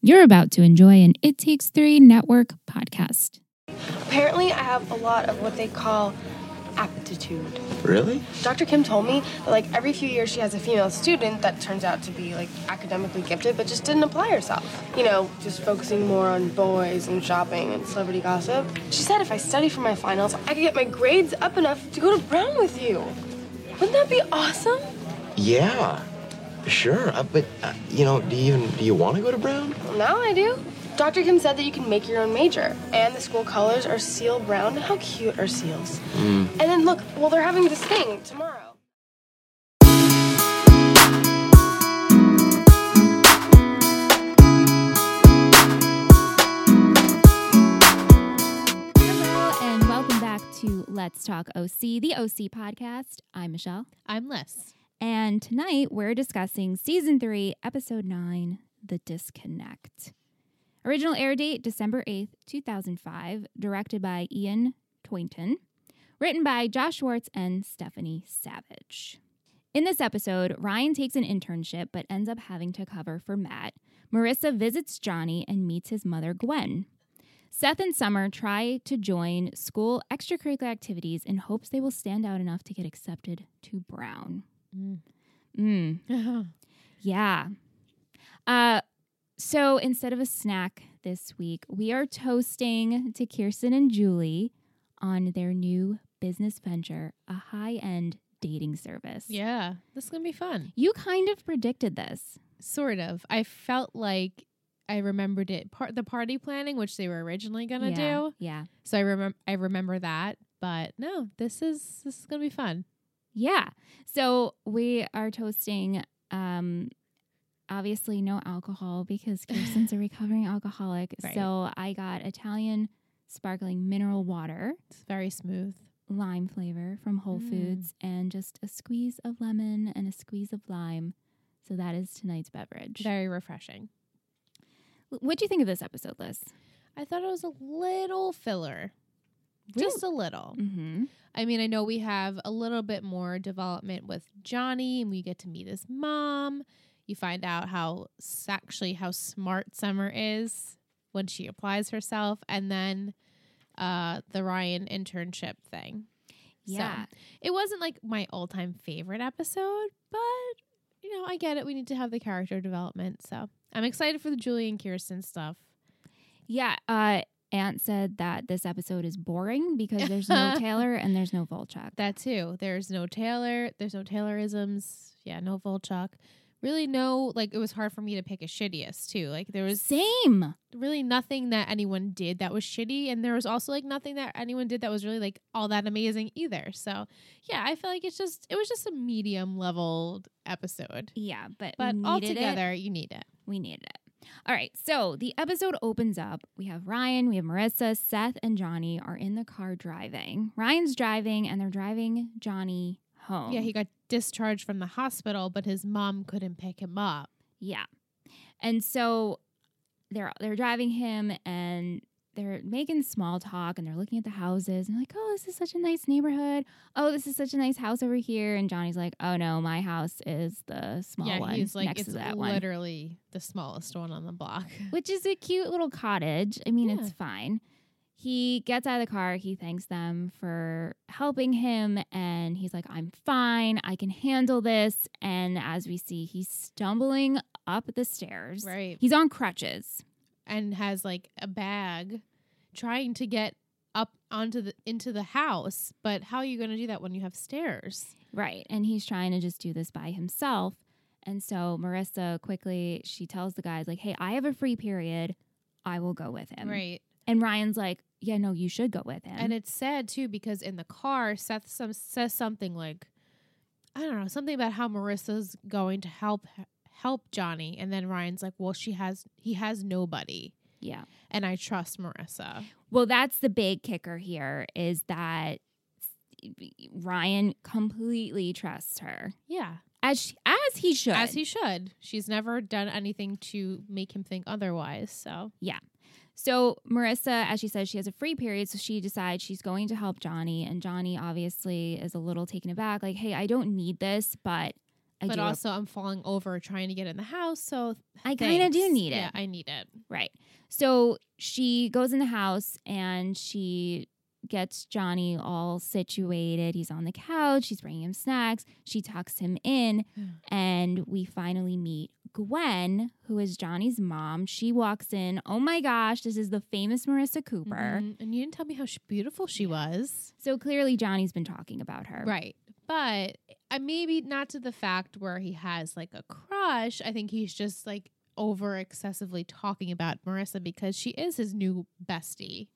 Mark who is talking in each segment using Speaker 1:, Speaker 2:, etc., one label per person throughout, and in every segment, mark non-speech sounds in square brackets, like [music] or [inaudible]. Speaker 1: You're about to enjoy an It Takes Three Network podcast.
Speaker 2: Apparently, I have a lot of what they call aptitude.
Speaker 3: Really?
Speaker 2: Dr. Kim told me that like every few years she has a female student that turns out to be like academically gifted but just didn't apply herself. You know, just focusing more on boys and shopping and celebrity gossip. She said if I study for my finals, I could get my grades up enough to go to Brown with you. Wouldn't that be awesome?
Speaker 3: Yeah. Sure. Uh, but uh, you know, do you even do you want to go to Brown?
Speaker 2: Well, now I do. Dr. Kim said that you can make your own major, and the school colors are seal brown. How cute are seals? And then look, well, they're having this thing tomorrow.
Speaker 1: Hello, and welcome back to Let's Talk OC, the OC podcast. I'm Michelle.
Speaker 4: I'm Les.
Speaker 1: And tonight we're discussing season three, episode nine The Disconnect. Original air date December 8th, 2005, directed by Ian Toynton, written by Josh Schwartz and Stephanie Savage. In this episode, Ryan takes an internship but ends up having to cover for Matt. Marissa visits Johnny and meets his mother, Gwen. Seth and Summer try to join school extracurricular activities in hopes they will stand out enough to get accepted to Brown. Mm,
Speaker 4: [laughs]
Speaker 1: yeah. Uh, so instead of a snack this week, we are toasting to Kirsten and Julie on their new business venture, a high end dating service.
Speaker 4: yeah, this is gonna be fun.
Speaker 1: You kind of predicted this.
Speaker 4: Sort of. I felt like I remembered it part the party planning, which they were originally gonna
Speaker 1: yeah,
Speaker 4: do.
Speaker 1: Yeah.
Speaker 4: So I remember I remember that. But no, this is this is gonna be fun.
Speaker 1: Yeah. So we are toasting um obviously no alcohol because
Speaker 4: [laughs]
Speaker 1: Kirsten's a recovering alcoholic.
Speaker 4: Right.
Speaker 1: So I got Italian sparkling mineral water.
Speaker 4: It's very smooth.
Speaker 1: lime flavor from Whole
Speaker 4: Mm.
Speaker 1: Foods and just a squeeze of lemon and a squeeze of lime. So that is tonight's beverage.
Speaker 4: Very refreshing.
Speaker 1: What do you think of this episode, Liz?
Speaker 4: I thought it was a little filler.
Speaker 1: Really?
Speaker 4: Just a little.
Speaker 1: Mm-hmm.
Speaker 4: I mean, I know we have a little bit more development with Johnny, and we get to meet his mom. You find out how s- actually how smart Summer is when she applies herself, and then uh, the Ryan internship thing. So,
Speaker 1: Yeah.
Speaker 4: It wasn't like my all-time favorite episode, but you know, I get it. We need to have the character development, so I'm excited for the Julie and Kirsten stuff.
Speaker 1: Yeah. Uh, Aunt said that this episode is boring because there's
Speaker 4: [laughs]
Speaker 1: no Taylor and there's no Volchok.
Speaker 4: That too. There's no Taylor. There's no Taylorisms. Yeah, no Volchok. Really, no. Like it was hard for me to pick a shittiest too. Like there was
Speaker 1: Same.
Speaker 4: really nothing that anyone did that was shitty, and there was also like nothing that anyone did that was really like all that amazing either. So yeah, I feel like it's just it was just a medium leveled episode,
Speaker 1: Yeah, but
Speaker 4: but
Speaker 1: we needed
Speaker 4: all
Speaker 1: it.
Speaker 4: together you need it.
Speaker 1: we needed it. All right, so the episode opens up. We have Ryan, we have Marissa, Seth, and Johnny are in the car driving. Ryan's driving, and they're driving Johnny home.
Speaker 4: Yeah, he
Speaker 1: Um,
Speaker 4: got discharged from the hospital, but his mom couldn't pick him up.
Speaker 1: Yeah. And so they're they're driving him and they're making small talk and they're looking at the houses and like, "Oh, this is such a nice neighborhood. Oh, this is such a nice house over here." And Johnny's like, "Oh no, my house is the small
Speaker 4: yeah,
Speaker 1: one
Speaker 4: he's like
Speaker 1: next
Speaker 4: it's
Speaker 1: to that one."
Speaker 4: literally the smallest one on the block. [laughs]
Speaker 1: Which is a cute little cottage. I mean, it's
Speaker 4: Yeah.
Speaker 1: fine. He gets out of the car, he thanks them for helping him and he's like, "I'm fine. I can handle this." And as we see, he's stumbling up the stairs.
Speaker 4: Right.
Speaker 1: He's on crutches.
Speaker 4: and has like a bag trying to get up onto the into the house but how are you going to do that when you have stairs
Speaker 1: Right. And he's trying to just do this by himself. And so Marissa quickly she tells the guys like, "Hey, I have a free period. I will go with him." And Ryan's like, "Yeah, no, you should go with him."
Speaker 4: and it's sad too because in the car seth some, says something like i don't know something about how marissa's going to help help johnny and then ryan's like well she has he has nobody
Speaker 1: yeah.
Speaker 4: and i trust marissa
Speaker 1: Well, that's the big kicker here is that Ryan completely trusts her.
Speaker 4: yeah
Speaker 1: As she, as he should.
Speaker 4: as he should she's never done anything to make him think otherwise so
Speaker 1: So Marissa, as she says, she has a free period, so she decides she's going to help Johnny. And Johnny obviously is a little taken aback, like, "Hey, I don't need this, but I
Speaker 4: but
Speaker 1: do
Speaker 4: also i'm falling over trying to get in the house so
Speaker 1: I kind of do
Speaker 4: Thanks.
Speaker 1: need it.
Speaker 4: Yeah, I need it.
Speaker 1: Right. So she goes in the house and she gets Johnny all situated. He's on the couch, she's bringing him snacks. She tucks him in, and we finally meet Gwen, who is Johnny's mom. She walks in. Oh my gosh, this is the famous Marissa Cooper.
Speaker 4: Mhm. And you didn't tell me how sh- beautiful she was.
Speaker 1: So clearly, Johnny's been talking about her.
Speaker 4: Right. But I maybe not to the fact where he has like a crush. I think he's just like over excessively talking about Marissa because she is his new bestie.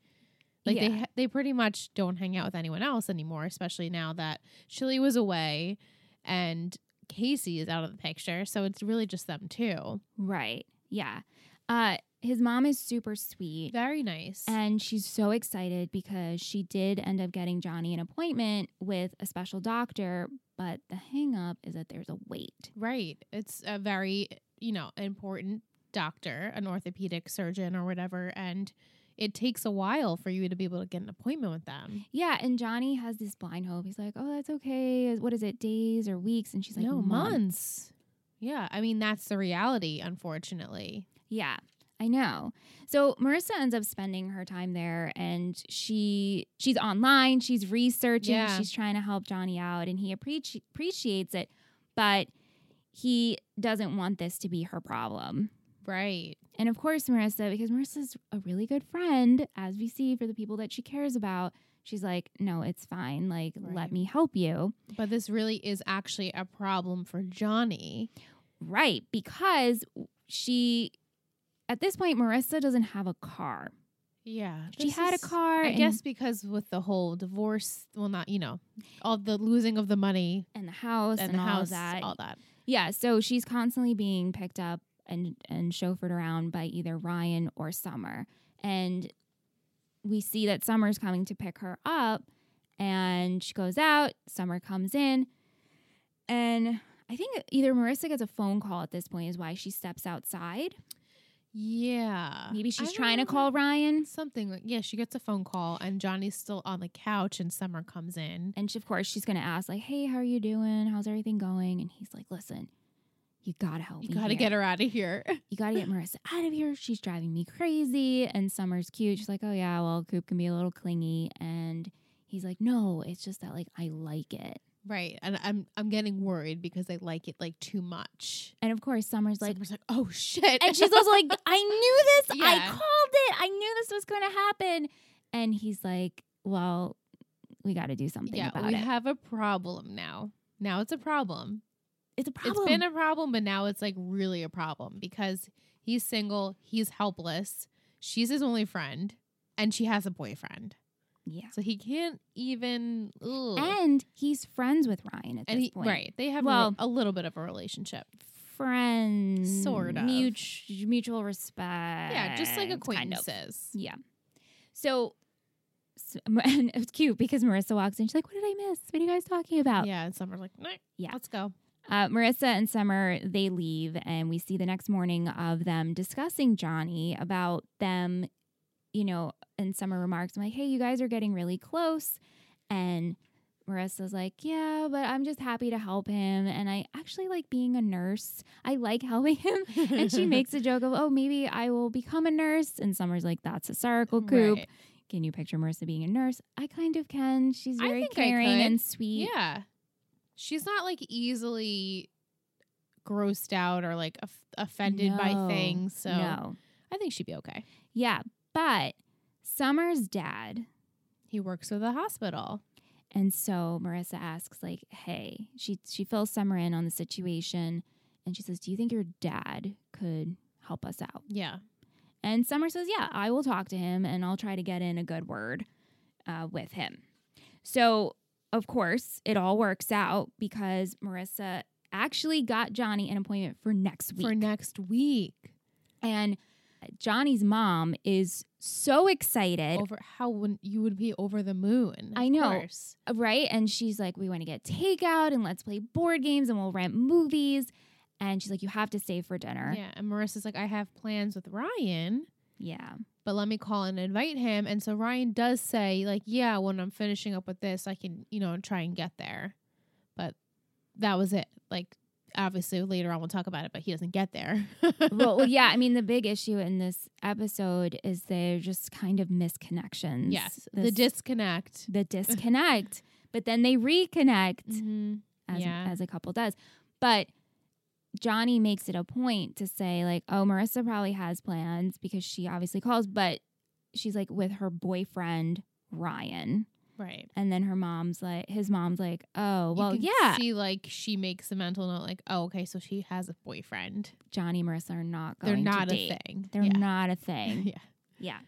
Speaker 4: Like they
Speaker 1: Yeah.
Speaker 4: ha- they pretty much don't hang out with anyone else anymore, especially now that Chili was away and Casey is out of the picture. So it's really just them two.
Speaker 1: Right. Yeah. Uh, his mom is super sweet.
Speaker 4: Very nice.
Speaker 1: And she's so excited because she did end up getting Johnny an appointment with a special doctor, but the hang up is that there's a wait.
Speaker 4: Right. It's a very, you know, important doctor, an orthopedic surgeon or whatever, and it takes a while for you to be able to get an appointment with them.
Speaker 1: Yeah, and Johnny has this blind hope. He's like, "Oh, that's okay. What is it? Days or weeks?" And she's like,
Speaker 4: no,
Speaker 1: "Months."
Speaker 4: months. Yeah, I mean that's the reality, unfortunately.
Speaker 1: Yeah, I know. So Marissa ends up spending her time there, and she she's online. She's researching.
Speaker 4: Yeah.
Speaker 1: She's trying to help Johnny out, and he appreci- appreciates it, but he doesn't want this to be her problem.
Speaker 4: Right.
Speaker 1: And of course, Marissa, because Marissa's a really good friend, as we see for the people that she cares about, she's like, no, it's fine. Like,
Speaker 4: Right.
Speaker 1: let me help you.
Speaker 4: But this really is actually a problem for Johnny.
Speaker 1: Right. Because she, at this point, Marissa doesn't have a car.
Speaker 4: Yeah.
Speaker 1: she had a car.
Speaker 4: I
Speaker 1: and,
Speaker 4: guess because with the whole divorce, well not, you know, all the losing of the money
Speaker 1: And the house and,
Speaker 4: and the
Speaker 1: all
Speaker 4: house,
Speaker 1: of that.
Speaker 4: all that.
Speaker 1: yeah. So she's constantly being picked up and, and chauffeured around by either Ryan or Summer. And we see that Summer's coming to pick her up. And she goes out. Summer comes in. And I think either Marissa gets a phone call at this point, is why she steps outside.
Speaker 4: Yeah.
Speaker 1: Maybe she's
Speaker 4: Uh, I
Speaker 1: trying to
Speaker 4: remember-
Speaker 1: call Ryan.
Speaker 4: something like yeah she gets a phone call and johnny's still on the couch and summer comes in
Speaker 1: And she, of course, she's going to ask, like, hey, how are you doing? How's everything going? And he's like, listen, you got to help
Speaker 4: you
Speaker 1: me.
Speaker 4: gotta
Speaker 1: here.
Speaker 4: get her out of here [laughs]
Speaker 1: you got to get Marissa out of here. She's driving me crazy. And Summer's cute. She's like, oh, yeah, well, Coop can be a little clingy. And he's like, no, it's just that, like, I like it.
Speaker 4: right and i'm i'm getting worried because i like it like too much
Speaker 1: And of course, Summer's like,
Speaker 4: summer's like oh shit
Speaker 1: and
Speaker 4: [laughs]
Speaker 1: she's also like, I knew this. I
Speaker 4: Yeah.
Speaker 1: called it. I knew this was going to happen. And he's like, well, we got to do something
Speaker 4: yeah
Speaker 1: about
Speaker 4: we
Speaker 1: it.
Speaker 4: have a problem now now it's a problem.
Speaker 1: it's a problem.
Speaker 4: it's been a problem but now it's like really a problem because he's single he's helpless she's his only friend and she has a boyfriend
Speaker 1: yeah.
Speaker 4: so he can't even ugh.
Speaker 1: And he's friends with Ryan at
Speaker 4: And
Speaker 1: this
Speaker 4: he,
Speaker 1: point.
Speaker 4: right they have a-
Speaker 1: Well-
Speaker 4: a little bit of a relationship
Speaker 1: Friends.
Speaker 4: Sort of.
Speaker 1: Mutual, mutual respect.
Speaker 4: Yeah, just like
Speaker 1: kind of.
Speaker 4: acquaintances.
Speaker 1: Yeah. So, s- [laughs] and it's cute because Marissa walks in. She's like, "What did I miss? What are you guys talking about?"
Speaker 4: Yeah, and Summer's like, nah,
Speaker 1: Yeah.
Speaker 4: let's go.
Speaker 1: Uh, Marissa and Summer they leave, and we see the next morning of them discussing Johnny about them. You know, and Summer remarks, "I'm like, hey, you guys are getting really close," and Marissa's like, "Yeah, but I'm just happy to help him, and I actually like being a nurse. I like [laughs] helping him." and she makes a joke of, "Oh, maybe I will become a nurse." And Summer's like, "That's hysterical, Coop."
Speaker 4: Right.
Speaker 1: Can you picture Marissa being a nurse? I kind of can. She's
Speaker 4: I
Speaker 1: very
Speaker 4: think I
Speaker 1: caring
Speaker 4: could.
Speaker 1: and sweet.
Speaker 4: Yeah, she's not like easily grossed out or like of- offended by
Speaker 1: No,
Speaker 4: things. So
Speaker 1: No.
Speaker 4: I think she'd be okay.
Speaker 1: Yeah, but Summer's dad,
Speaker 4: He works with a hospital.
Speaker 1: and so Marissa asks, like, "Hey," she she fills Summer in on the situation, and she says, "Do you think your dad could help us out?"
Speaker 4: Yeah,
Speaker 1: And Summer says, Yeah, I will talk to him and I'll try to get in a good word uh, with him. So, of course, it all works out because Marissa actually got Johnny an appointment for next week.
Speaker 4: for next week.
Speaker 1: and Johnny's mom is so excited,
Speaker 4: Over how wouldn't you would be over the moon?
Speaker 1: I
Speaker 4: of
Speaker 1: know.
Speaker 4: course.
Speaker 1: right? And she's like, We want to get takeout and let's play board games and we'll rent movies. And she's like, You have to save for dinner.
Speaker 4: Yeah, and Marissa's like, I have plans with Ryan.
Speaker 1: yeah.
Speaker 4: but let me call and invite him. And so Ryan does say, like, yeah, when I'm finishing up with this, I can, you know, try and get there. But that was it. Like, obviously later on we'll talk about it, but he doesn't get there. [laughs]
Speaker 1: well, well, yeah. I mean, the big issue in this episode is they're just kind of misconnections.
Speaker 4: yes, the
Speaker 1: This-
Speaker 4: disconnect.
Speaker 1: the disconnect, but then they reconnect
Speaker 4: Mhm.
Speaker 1: as,
Speaker 4: Yeah.
Speaker 1: as a couple does. But Johnny makes it a point to say, like, oh, Marissa probably has plans because she obviously calls, but she's like with her boyfriend, Ryan.
Speaker 4: Right.
Speaker 1: And then her mom's like, his mom's like, oh,
Speaker 4: You
Speaker 1: well,
Speaker 4: can
Speaker 1: yeah.
Speaker 4: See, like she makes a mental note, like, oh, okay, so she has a boyfriend.
Speaker 1: Johnny and Marissa are not going
Speaker 4: They're not
Speaker 1: to
Speaker 4: a
Speaker 1: date.
Speaker 4: thing.
Speaker 1: They're
Speaker 4: yeah.
Speaker 1: not a thing.
Speaker 4: [laughs] yeah.
Speaker 1: yeah.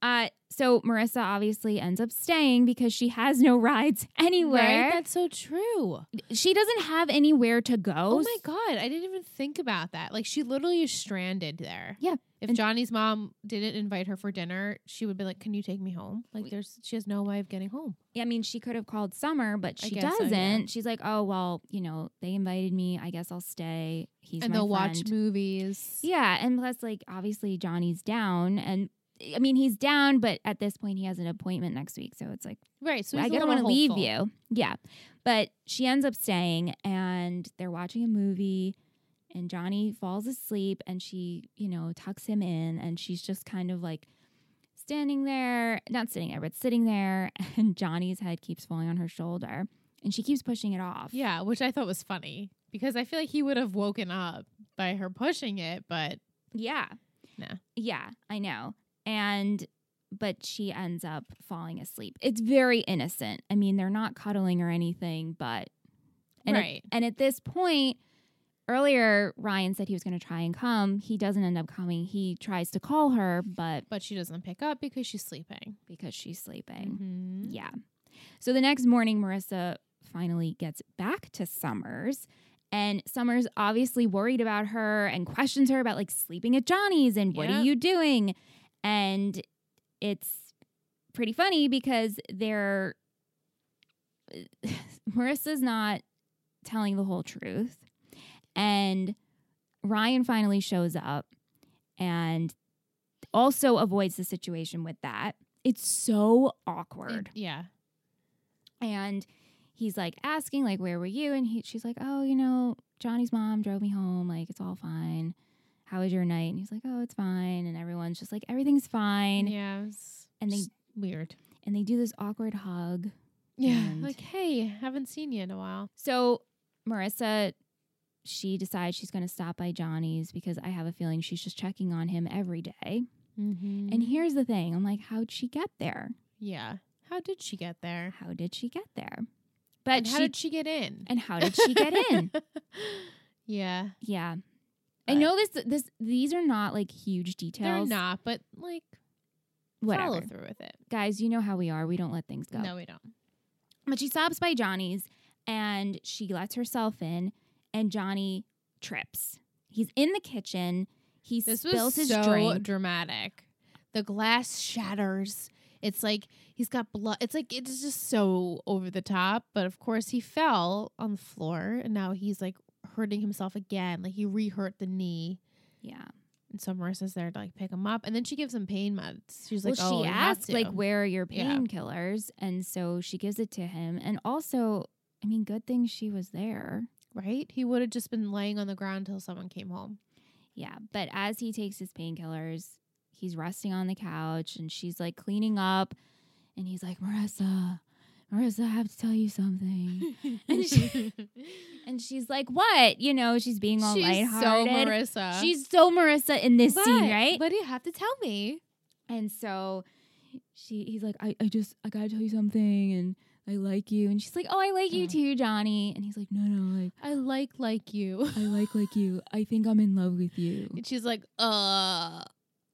Speaker 1: Uh, so Marissa obviously ends up staying because she has no rides anywhere.
Speaker 4: Right? That's so true.
Speaker 1: she doesn't have anywhere to go.
Speaker 4: Oh my god, I didn't even think about that. Like she literally is stranded there.
Speaker 1: Yeah,
Speaker 4: If
Speaker 1: and-
Speaker 4: Johnny's mom didn't invite her for dinner, she would be like, "Can you take me home?" Like there's she has no way of getting home.
Speaker 1: I mean, she could have called Summer, but
Speaker 4: I
Speaker 1: she
Speaker 4: guess so,
Speaker 1: doesn't.
Speaker 4: yeah.
Speaker 1: She's like, oh well, you know, they invited me. I guess I'll stay. He's
Speaker 4: and
Speaker 1: my
Speaker 4: they'll
Speaker 1: friend.
Speaker 4: watch movies.
Speaker 1: Yeah, and plus, like, obviously Johnny's down, and I mean, he's down, but at this point, he has an appointment next week, so it's like,
Speaker 4: Right. So he's
Speaker 1: I
Speaker 4: a
Speaker 1: don't
Speaker 4: little
Speaker 1: want to leave
Speaker 4: hopeful.
Speaker 1: you. Yeah, but she ends up staying, and they're watching a movie. And Johnny falls asleep, and she, you know, tucks him in, and she's just kind of like standing there, not sitting there, but sitting there, [laughs] and Johnny's head keeps falling on her shoulder, and she keeps pushing it off.
Speaker 4: Yeah, which I thought was funny because I feel like he would have woken up by her pushing it, but
Speaker 1: yeah,
Speaker 4: Nah.
Speaker 1: yeah, I know. And but she ends up falling asleep. It's very innocent. I mean, they're not cuddling or anything, but and at-
Speaker 4: right.
Speaker 1: and at this point. Earlier, Ryan said he was going to try and come. He doesn't end up coming. He tries to call her, but
Speaker 4: but she doesn't pick up because she's sleeping.
Speaker 1: because she's sleeping.
Speaker 4: Mhm.
Speaker 1: Yeah. So the next morning, Marissa finally gets back to Summers. And Summers obviously worried about her and questions her about like sleeping at Johnny's and what
Speaker 4: Yeah.
Speaker 1: are you doing? And it's pretty funny because they're [laughs] Marissa's not telling the whole truth. And Ryan finally shows up and also avoids the situation with that. It's so
Speaker 4: It-
Speaker 1: awkward
Speaker 4: yeah.
Speaker 1: and he's like asking like where were you and he, she's like oh you know johnny's mom drove me home like it's all fine how was your night and he's like oh it's fine and everyone's just like everything's fine
Speaker 4: Yeah. it was
Speaker 1: and they
Speaker 4: just weird.
Speaker 1: and they do this awkward hug
Speaker 4: Yeah. [laughs]
Speaker 1: And-
Speaker 4: like, hey, haven't seen you in a while.
Speaker 1: so marissa she decides she's going to stop by johnny's because i have a feeling she's just checking on him every day
Speaker 4: Mm-hmm.
Speaker 1: and here's the thing i'm like how'd she get there
Speaker 4: yeah. How did she get there?
Speaker 1: how did she get there but
Speaker 4: and
Speaker 1: she
Speaker 4: how did she get in?
Speaker 1: and how did she get in
Speaker 4: [laughs] yeah.
Speaker 1: Yeah. I
Speaker 4: But-
Speaker 1: know this this these are not like huge
Speaker 4: They're
Speaker 1: details.
Speaker 4: not, but like follow
Speaker 1: whatever.
Speaker 4: through with it.
Speaker 1: Guys, you know how we are. We don't let things go.
Speaker 4: No, we don't.
Speaker 1: But she stops by Johnny's and she lets herself in and Johnny trips. He's in the kitchen. He
Speaker 4: This was
Speaker 1: spills his
Speaker 4: so
Speaker 1: drink.
Speaker 4: dramatic. The glass shatters. It's like he's got blood. It's like it's just so over the top. But of course, he fell on the floor, and now he's like hurting himself again. Like he re-hurt the knee,
Speaker 1: yeah.
Speaker 4: and so Marissa's there to like pick him up, and then she gives him pain meds. She's like,
Speaker 1: well,
Speaker 4: "Oh,
Speaker 1: she
Speaker 4: you have
Speaker 1: asked
Speaker 4: to."
Speaker 1: like where are your
Speaker 4: Yeah.
Speaker 1: painkillers? And so she gives it to him. And also, I mean, good thing she was there.
Speaker 4: right? He would have just been laying on the ground until someone came [laughs] home.
Speaker 1: Yeah, but as he takes his painkillers, he's resting on the couch and she's like cleaning up and he's like, "Marissa, Marissa, I have to tell you
Speaker 4: [laughs]
Speaker 1: something." And she- and she's like, "What?" You know, she's being all
Speaker 4: She's so
Speaker 1: lighthearted.
Speaker 4: Marissa.
Speaker 1: she's so Marissa in this
Speaker 4: But-
Speaker 1: scene, right?
Speaker 4: What do you have to tell me?
Speaker 1: and so she he's like, "I I just I got to tell you something and I like you." And she's like, "Oh, I like you
Speaker 4: Mm.
Speaker 1: too, Johnny." And he's like, "No, no, like
Speaker 4: I like like you.
Speaker 1: I like like you. I think I'm in love with you."
Speaker 4: And she's like, uh,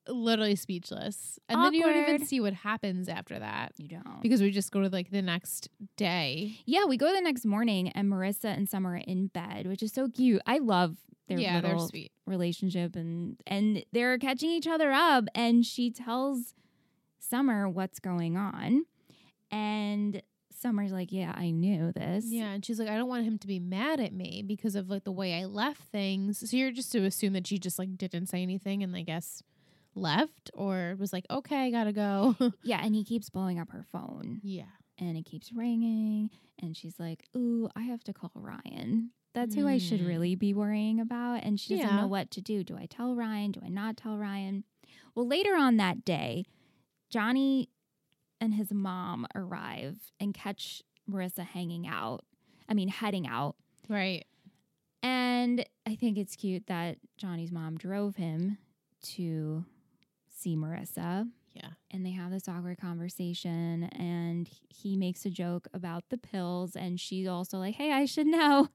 Speaker 4: literally speechless. And then you don't even
Speaker 1: Awkward.
Speaker 4: see what happens after that
Speaker 1: You don't.
Speaker 4: because we just go to like the next day.
Speaker 1: Yeah, we go the next morning and Marissa and Summer are in bed, which is so cute. I love their
Speaker 4: yeah, they're
Speaker 1: little
Speaker 4: sweet.
Speaker 1: relationship and and they're catching each other up and she tells Summer what's going on. And Summer's like, "Yeah, I knew this."
Speaker 4: Yeah, and she's like, I don't want him to be mad at me because of like the way I left things. So you're just to assume that she just like didn't say anything and I guess left or was like, okay, gotta go. [laughs]
Speaker 1: Yeah, and he keeps blowing up her phone
Speaker 4: yeah,
Speaker 1: and it keeps ringing and she's like, "Ooh, I have to call Ryan." That's who I should
Speaker 4: Hmm.
Speaker 1: really be worrying about. And she doesn't
Speaker 4: Yeah.
Speaker 1: know what to do. Do I tell Ryan? Do I not tell Ryan? Well, later on that day, Johnny and his mom arrive and catch Marissa hanging out. I mean, heading out.
Speaker 4: Right.
Speaker 1: And I think it's cute that Johnny's mom drove him to see Marissa.
Speaker 4: Yeah.
Speaker 1: And they have this awkward conversation, and he makes a joke about the pills, and she's also like, "Hey, I should know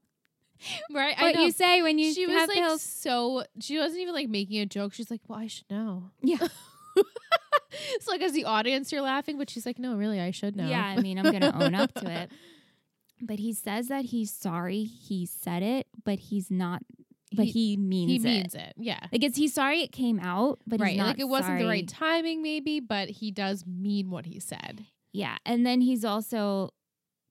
Speaker 4: Right. [laughs] I
Speaker 1: what
Speaker 4: know.
Speaker 1: you say when you
Speaker 4: she was
Speaker 1: have
Speaker 4: like
Speaker 1: pills."
Speaker 4: so she wasn't even like making a joke. She's like, Well, I should know. [laughs]
Speaker 1: Yeah.
Speaker 4: so like as the audience you're laughing, but she's like, No, really, I should know.
Speaker 1: Yeah, I mean, I'm gonna own up to
Speaker 4: [laughs]
Speaker 1: it. But he says that he's sorry he said it, but he's not. But he, means
Speaker 4: he
Speaker 1: it.
Speaker 4: means it. Yeah.
Speaker 1: like it's he's sorry it came out, but
Speaker 4: right.
Speaker 1: he's not
Speaker 4: like it wasn't the
Speaker 1: sorry.
Speaker 4: right timing, maybe, but he does mean what he said.
Speaker 1: Yeah. And then he's also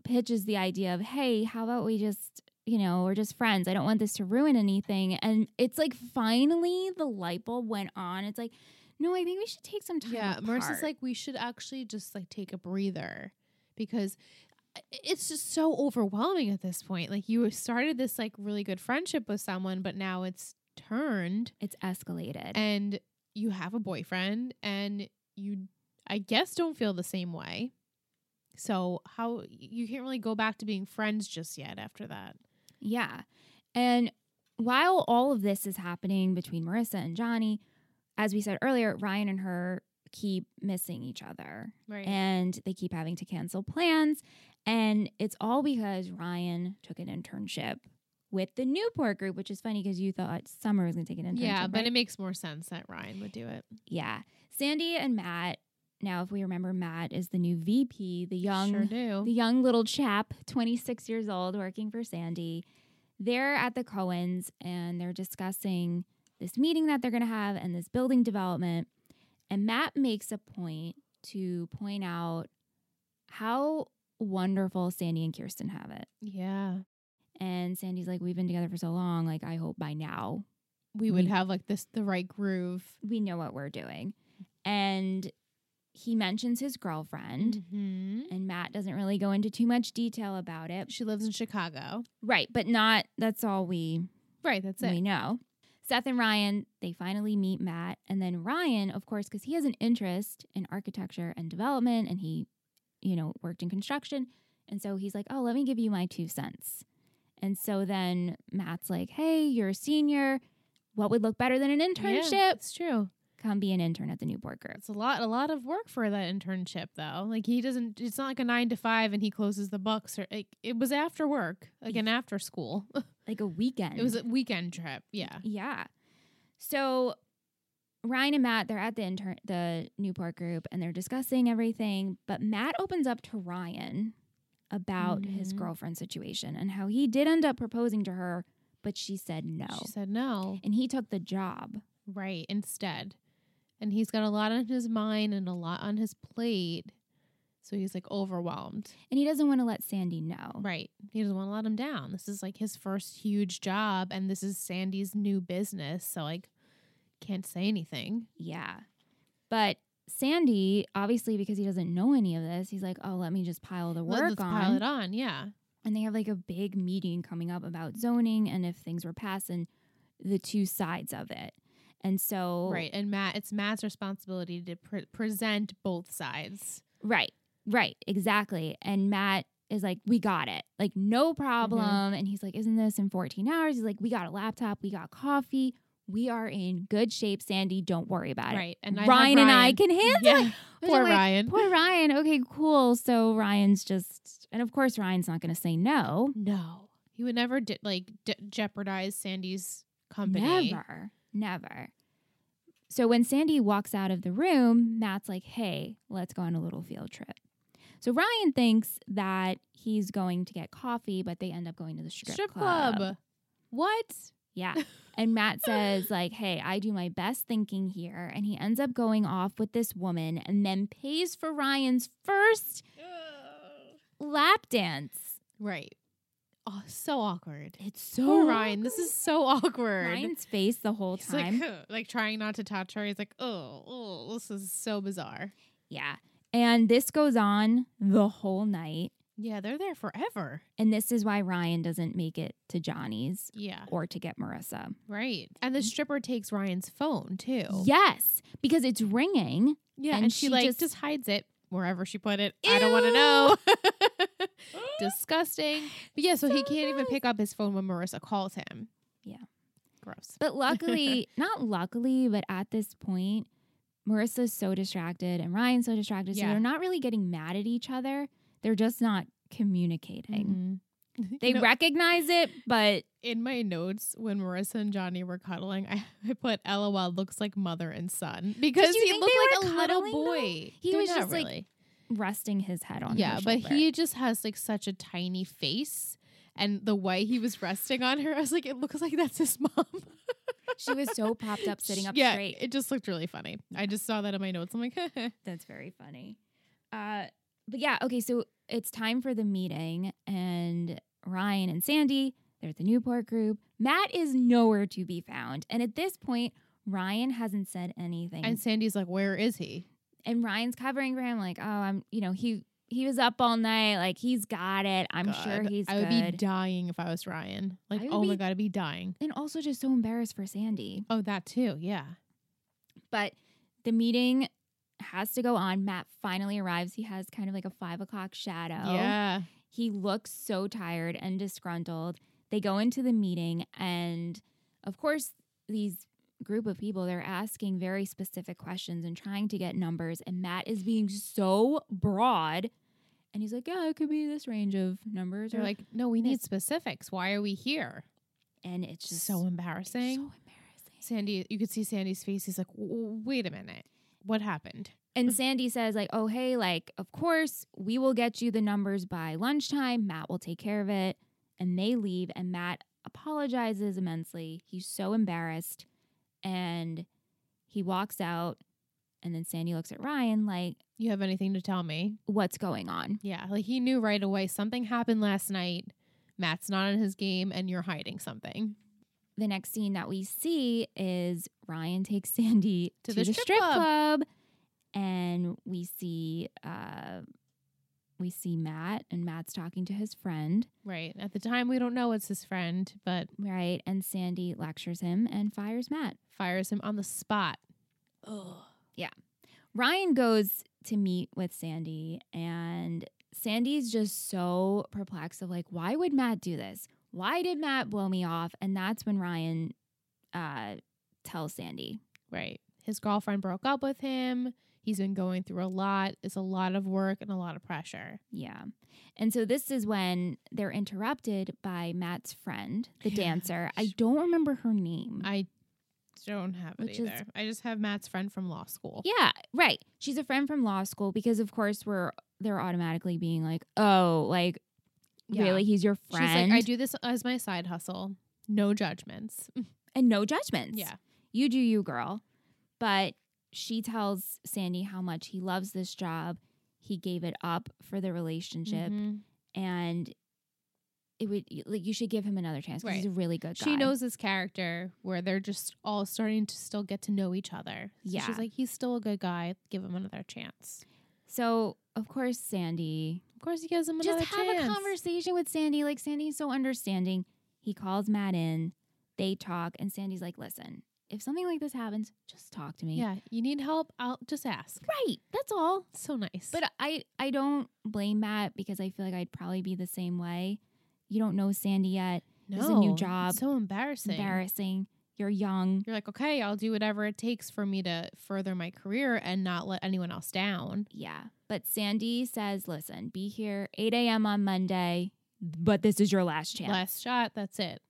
Speaker 1: pitches the idea of, hey, how about we just, you know, we're just friends. I don't want this to ruin anything. And it's like finally the light bulb went on. It's like, no, I think we should take some time.
Speaker 4: Yeah, Marissa's
Speaker 1: apart.
Speaker 4: like, we should actually just like take a breather because i- it's just so overwhelming at this point. Like you started this like really good friendship with someone, but now it's turned
Speaker 1: it's escalated.
Speaker 4: and you have a boyfriend and you I guess don't feel the same way. So how you can't really go back to being friends just yet after that.
Speaker 1: yeah. And while all of this is happening between Marissa and Johnny, as we said earlier, Ryan and her keep missing each other.
Speaker 4: Right.
Speaker 1: and they keep having to cancel plans. And it's all because Ryan took an internship with the Newport group, which is funny because you thought Summer was going to take an internship.
Speaker 4: yeah, but
Speaker 1: right?
Speaker 4: it makes more sense that Ryan would do it.
Speaker 1: yeah. Sandy and Matt. Now, if we remember, Matt is the new VP, the young,
Speaker 4: sure do.
Speaker 1: the young little chap, twenty six years old, working for Sandy. They're at the Cohens and they're discussing this meeting that they're going to have and this building development. And Matt makes a point to point out how wonderful Sandy and Kirsten have it.
Speaker 4: yeah.
Speaker 1: And Sandy's like, We've been together for so long. Like, I hope by now
Speaker 4: We would
Speaker 1: We-
Speaker 4: have like this the right groove.
Speaker 1: we know what we're doing. And he mentions his girlfriend,
Speaker 4: Mhm.
Speaker 1: and Matt doesn't really go into too much detail about it.
Speaker 4: She lives in Chicago.
Speaker 1: Right, but not that's all we
Speaker 4: Right, that's
Speaker 1: we know. Seth and Ryan, they finally meet Matt. And then Ryan, of course, because he has an interest in architecture and development and he, you know, worked in construction. And so he's like, oh, let me give you my two cents. And so then Matt's like, hey, you're a senior. What would look better than an internship?
Speaker 4: Yeah, it's true.
Speaker 1: Come be an intern at the Newport Group.
Speaker 4: It's a lot a lot of work for that internship though. Like he doesn't it's not like a 9 to 5 and he closes the books or like it was after work, like an after school. [laughs]
Speaker 1: Like a weekend.
Speaker 4: it was a weekend trip. Yeah.
Speaker 1: Yeah. So Ryan and Matt, they're at the intern the Newport group and they're discussing everything, but Matt opens up to Ryan about his
Speaker 4: Mhm.
Speaker 1: girlfriend situation and how he did end up proposing to her, but she said no.
Speaker 4: She said no.
Speaker 1: and he took the job.
Speaker 4: Right, instead. And he's got a lot on his mind and a lot on his plate. So he's like overwhelmed.
Speaker 1: And he doesn't want to let Sandy know.
Speaker 4: Right. He doesn't want to let him down. This is like his first huge job and this is Sandy's new business. So like can't say anything.
Speaker 1: Yeah. But Sandy, obviously because he doesn't know any of this, he's like, "Oh, let me just pile the work
Speaker 4: Let- Let's
Speaker 1: on."
Speaker 4: pile it on. Yeah.
Speaker 1: and they have like a big meeting coming up about zoning and if things were passed and the two sides of it. And so
Speaker 4: Right. And Matt, it's Matt's responsibility to pre- present both sides.
Speaker 1: right, right, exactly. And Matt is like, "We got it. Like no
Speaker 4: Mm-hmm.
Speaker 1: problem." And he's like, "Isn't this in 14 hours?" He's like, "We got a laptop, we got coffee. We are in good shape, Sandy. Don't worry about it."
Speaker 4: Right. And I have
Speaker 1: Ryan, and I can handle it.
Speaker 4: [laughs] Yeah.
Speaker 1: Which
Speaker 4: Poor
Speaker 1: I'm like,
Speaker 4: Ryan.
Speaker 1: Poor Ryan. Okay, cool. So Ryan's just and of course Ryan's not going to say no.
Speaker 4: No. He would never di- like de- jeopardize Sandy's company.
Speaker 1: Never, never. So when Sandy walks out of the room, Matt's like, hey, let's go on a little field trip. So Ryan thinks that he's going to get coffee, but they end up going to the strip,
Speaker 4: Strip club. What?
Speaker 1: Yeah. And
Speaker 4: [laughs]
Speaker 1: Matt says, like, hey, I do my best thinking here. And he ends up going off with this woman and then pays for Ryan's first lap dance.
Speaker 4: Right. Oh, so awkward.
Speaker 1: It's so
Speaker 4: Poor Ryan. This is so awkward.
Speaker 1: Ryan's face the whole
Speaker 4: He's
Speaker 1: time.
Speaker 4: like, [laughs] like trying not to touch her. He's like, oh, oh, this is so bizarre.
Speaker 1: Yeah. And this goes on the whole night.
Speaker 4: Yeah, they're there forever.
Speaker 1: And this is why Ryan doesn't make it to Johnny's
Speaker 4: Yeah,
Speaker 1: or to get Marissa.
Speaker 4: right. And
Speaker 1: Mm-hmm.
Speaker 4: the stripper takes Ryan's phone too.
Speaker 1: Yes, because it's
Speaker 4: [gasps]
Speaker 1: ringing.
Speaker 4: Yeah, and,
Speaker 1: And
Speaker 4: she,
Speaker 1: she
Speaker 4: like just,
Speaker 1: just-
Speaker 4: hides it wherever she put it. I don't want to
Speaker 1: [laughs]
Speaker 4: know. Disgusting. But yeah, so, he
Speaker 1: So
Speaker 4: can't even
Speaker 1: gross.
Speaker 4: pick up his phone when Marissa calls him.
Speaker 1: Yeah.
Speaker 4: Gross.
Speaker 1: But
Speaker 4: [laughs]
Speaker 1: luckily, not luckily, but at this point, Marissa's so distracted and Ryan's so distracted. So
Speaker 4: Yeah.
Speaker 1: they're not really getting mad at each other. They're just not communicating.
Speaker 4: Mhm.
Speaker 1: They
Speaker 4: You know,
Speaker 1: recognize it, but
Speaker 4: in my notes when Marissa and Johnny were cuddling, I, [laughs] I put LOL looks like mother and son because
Speaker 1: you
Speaker 4: he
Speaker 1: think
Speaker 4: looked
Speaker 1: they
Speaker 4: like a
Speaker 1: were
Speaker 4: little
Speaker 1: cuddling, though?
Speaker 4: boy.
Speaker 1: He
Speaker 4: They're
Speaker 1: was
Speaker 4: not
Speaker 1: just, like,
Speaker 4: really.
Speaker 1: resting his head on
Speaker 4: yeah,
Speaker 1: her
Speaker 4: but
Speaker 1: shoulder.
Speaker 4: he just has like such a tiny face. And the way he was resting on her, I was like, it looks like that's his [laughs] mom.
Speaker 1: she was
Speaker 4: [laughs]
Speaker 1: so popped up sitting up
Speaker 4: yeah,
Speaker 1: straight.
Speaker 4: It just looked really funny. I just saw that in my notes. I'm like, [laughs]
Speaker 1: That's very funny. Uh, but yeah, okay, so it's time for the meeting, and Ryan and Sandy, they're at the Newport group. Matt is nowhere to be found. And at this point, Ryan hasn't said anything.
Speaker 4: and Sandy's like, where is he?
Speaker 1: and Ryan's covering for him, like, oh, I'm, you know, he he was up all night, like he's got it. I'm sure
Speaker 4: God,
Speaker 1: he's
Speaker 4: I would
Speaker 1: good.
Speaker 4: be dying if I was Ryan. Like,
Speaker 1: I would
Speaker 4: oh my
Speaker 1: be-
Speaker 4: god, I'd be dying.
Speaker 1: and also just so embarrassed for Sandy.
Speaker 4: Oh, that too. Yeah.
Speaker 1: But the meeting has to go on. Matt finally arrives. He has kind of like a five o'clock shadow.
Speaker 4: Yeah.
Speaker 1: He looks so tired and disgruntled. They go into the meeting, and of course, these group of people they're asking very specific questions and trying to get numbers. And Matt is being so broad, and he's like, "Yeah, it could be this range of numbers."
Speaker 4: They're
Speaker 1: or-
Speaker 4: like, no, we need
Speaker 1: Yes.
Speaker 4: specifics. Why are we here?
Speaker 1: and it's
Speaker 4: Just
Speaker 1: just
Speaker 4: so
Speaker 1: it's so
Speaker 4: embarrassing.
Speaker 1: embarrassing.
Speaker 4: Sandy, you could see Sandy's face. He's like, "W- w- wait a minute. What happened?
Speaker 1: And Sandy says, like, oh, hey, like, of course, we will get you the numbers by lunchtime. Matt will take care of it. And they leave, and Matt apologizes immensely. He's so embarrassed. And he walks out, and then Sandy looks at Ryan, like,
Speaker 4: You have anything to tell me?
Speaker 1: what's going on?
Speaker 4: Yeah. Like he knew right away something happened last night. Matt's not in his game and you're hiding something.
Speaker 1: The next scene that we see is Ryan takes [laughs] Sandy
Speaker 4: To
Speaker 1: to,
Speaker 4: the
Speaker 1: the,
Speaker 4: strip
Speaker 1: strip, club. and we see, uh, we see Matt, and Matt's talking to his friend.
Speaker 4: Right. At the time, we don't know it's his friend, but
Speaker 1: Right. And Sandy lectures him and fires Matt.
Speaker 4: fires him on the spot. Oh,
Speaker 1: Ryan goes to meet with Sandy, and Sandy's just so perplexed of like, why would Matt do this? Why did Matt blow me off? And that's when Ryan uh, tells Sandy.
Speaker 4: Right. His girlfriend broke up with him. He's been going through a lot. It's a lot of work and a lot of pressure.
Speaker 1: Yeah. And so this is when they're interrupted by Matt's friend, the
Speaker 4: Yeah.
Speaker 1: dancer. I don't remember her name.
Speaker 4: I don't have it
Speaker 1: Which is-
Speaker 4: either. I just have Matt's friend from law school.
Speaker 1: Yeah, right. She's a friend from law school because, of course, we're they're automatically being like, oh, like
Speaker 4: Yeah.
Speaker 1: really, he's your
Speaker 4: She's
Speaker 1: friend,
Speaker 4: like, I do this as my side hustle. No judgments. [laughs]
Speaker 1: and no judgments.
Speaker 4: yeah.
Speaker 1: you do you, girl. But she tells Sandy how much he loves this job. He gave it up for the relationship,
Speaker 4: Mhm.
Speaker 1: and it would like you should give him another chance because he's a
Speaker 4: Right.
Speaker 1: really good guy.
Speaker 4: She knows his character where they're just all starting to still get to know each other. So
Speaker 1: Yeah.
Speaker 4: She's like, he's still a good guy. Give him another chance.
Speaker 1: So of course, Sandy
Speaker 4: Of course, he gives him another
Speaker 1: just have
Speaker 4: chance.
Speaker 1: a conversation with Sandy. Like Sandy's so understanding. He calls Matt in. They talk, and Sandy's like, "Listen, if something like this happens, just talk to me."
Speaker 4: Yeah. You need help? I'll just ask.
Speaker 1: right. That's all.
Speaker 4: So nice.
Speaker 1: But uh, I I don't blame Matt because I feel like I'd probably be the same way. You don't know Sandy yet.
Speaker 4: no,
Speaker 1: There's a new job.
Speaker 4: So embarrassing.
Speaker 1: Embarrassing. You're young.
Speaker 4: You're like, okay, I'll do whatever it takes for me to further my career and not let anyone else down.
Speaker 1: Yeah. But Sandy says, "Listen, be here 8 a.m. on Monday, but this is your last chance."
Speaker 4: Last shot, that's it.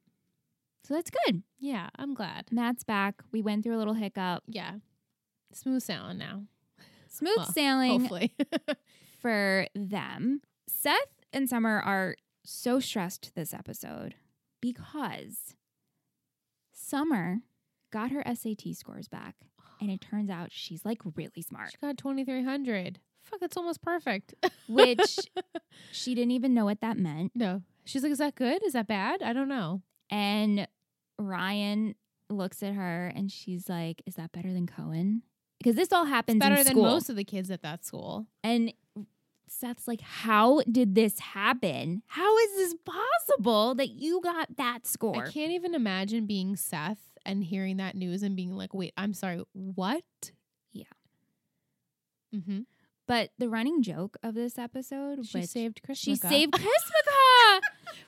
Speaker 1: So that's good.
Speaker 4: Yeah, I'm glad.
Speaker 1: Matt's back. We went through a little hiccup.
Speaker 4: Yeah. Smooth sailing now.
Speaker 1: Smooth
Speaker 4: Well,
Speaker 1: sailing.
Speaker 4: Hopefully. [laughs]
Speaker 1: for them. Seth and Summer are so stressed this episode because Summer got her SAT scores back. And it turns out she's like really smart, [laughs]
Speaker 4: she got 2300. Fuck, that's almost perfect.
Speaker 1: which she didn't even know what that meant.
Speaker 4: no. She's like, is that good? Is that bad? I don't know.
Speaker 1: And Ryan looks at her and she's like, Is that better than Cohen? Because this all happens
Speaker 4: Better
Speaker 1: in
Speaker 4: than
Speaker 1: school.
Speaker 4: most of the kids at that school.
Speaker 1: and Seth's like, How did this happen? How is this possible that you got that
Speaker 4: I
Speaker 1: score?
Speaker 4: can't even imagine being Seth and hearing that news and being like, wait, I'm sorry, what?
Speaker 1: Yeah.
Speaker 4: Mm-hmm.
Speaker 1: But the running joke of this episode
Speaker 4: She
Speaker 1: which-
Speaker 4: saved Chris.
Speaker 1: She saved Chrismica.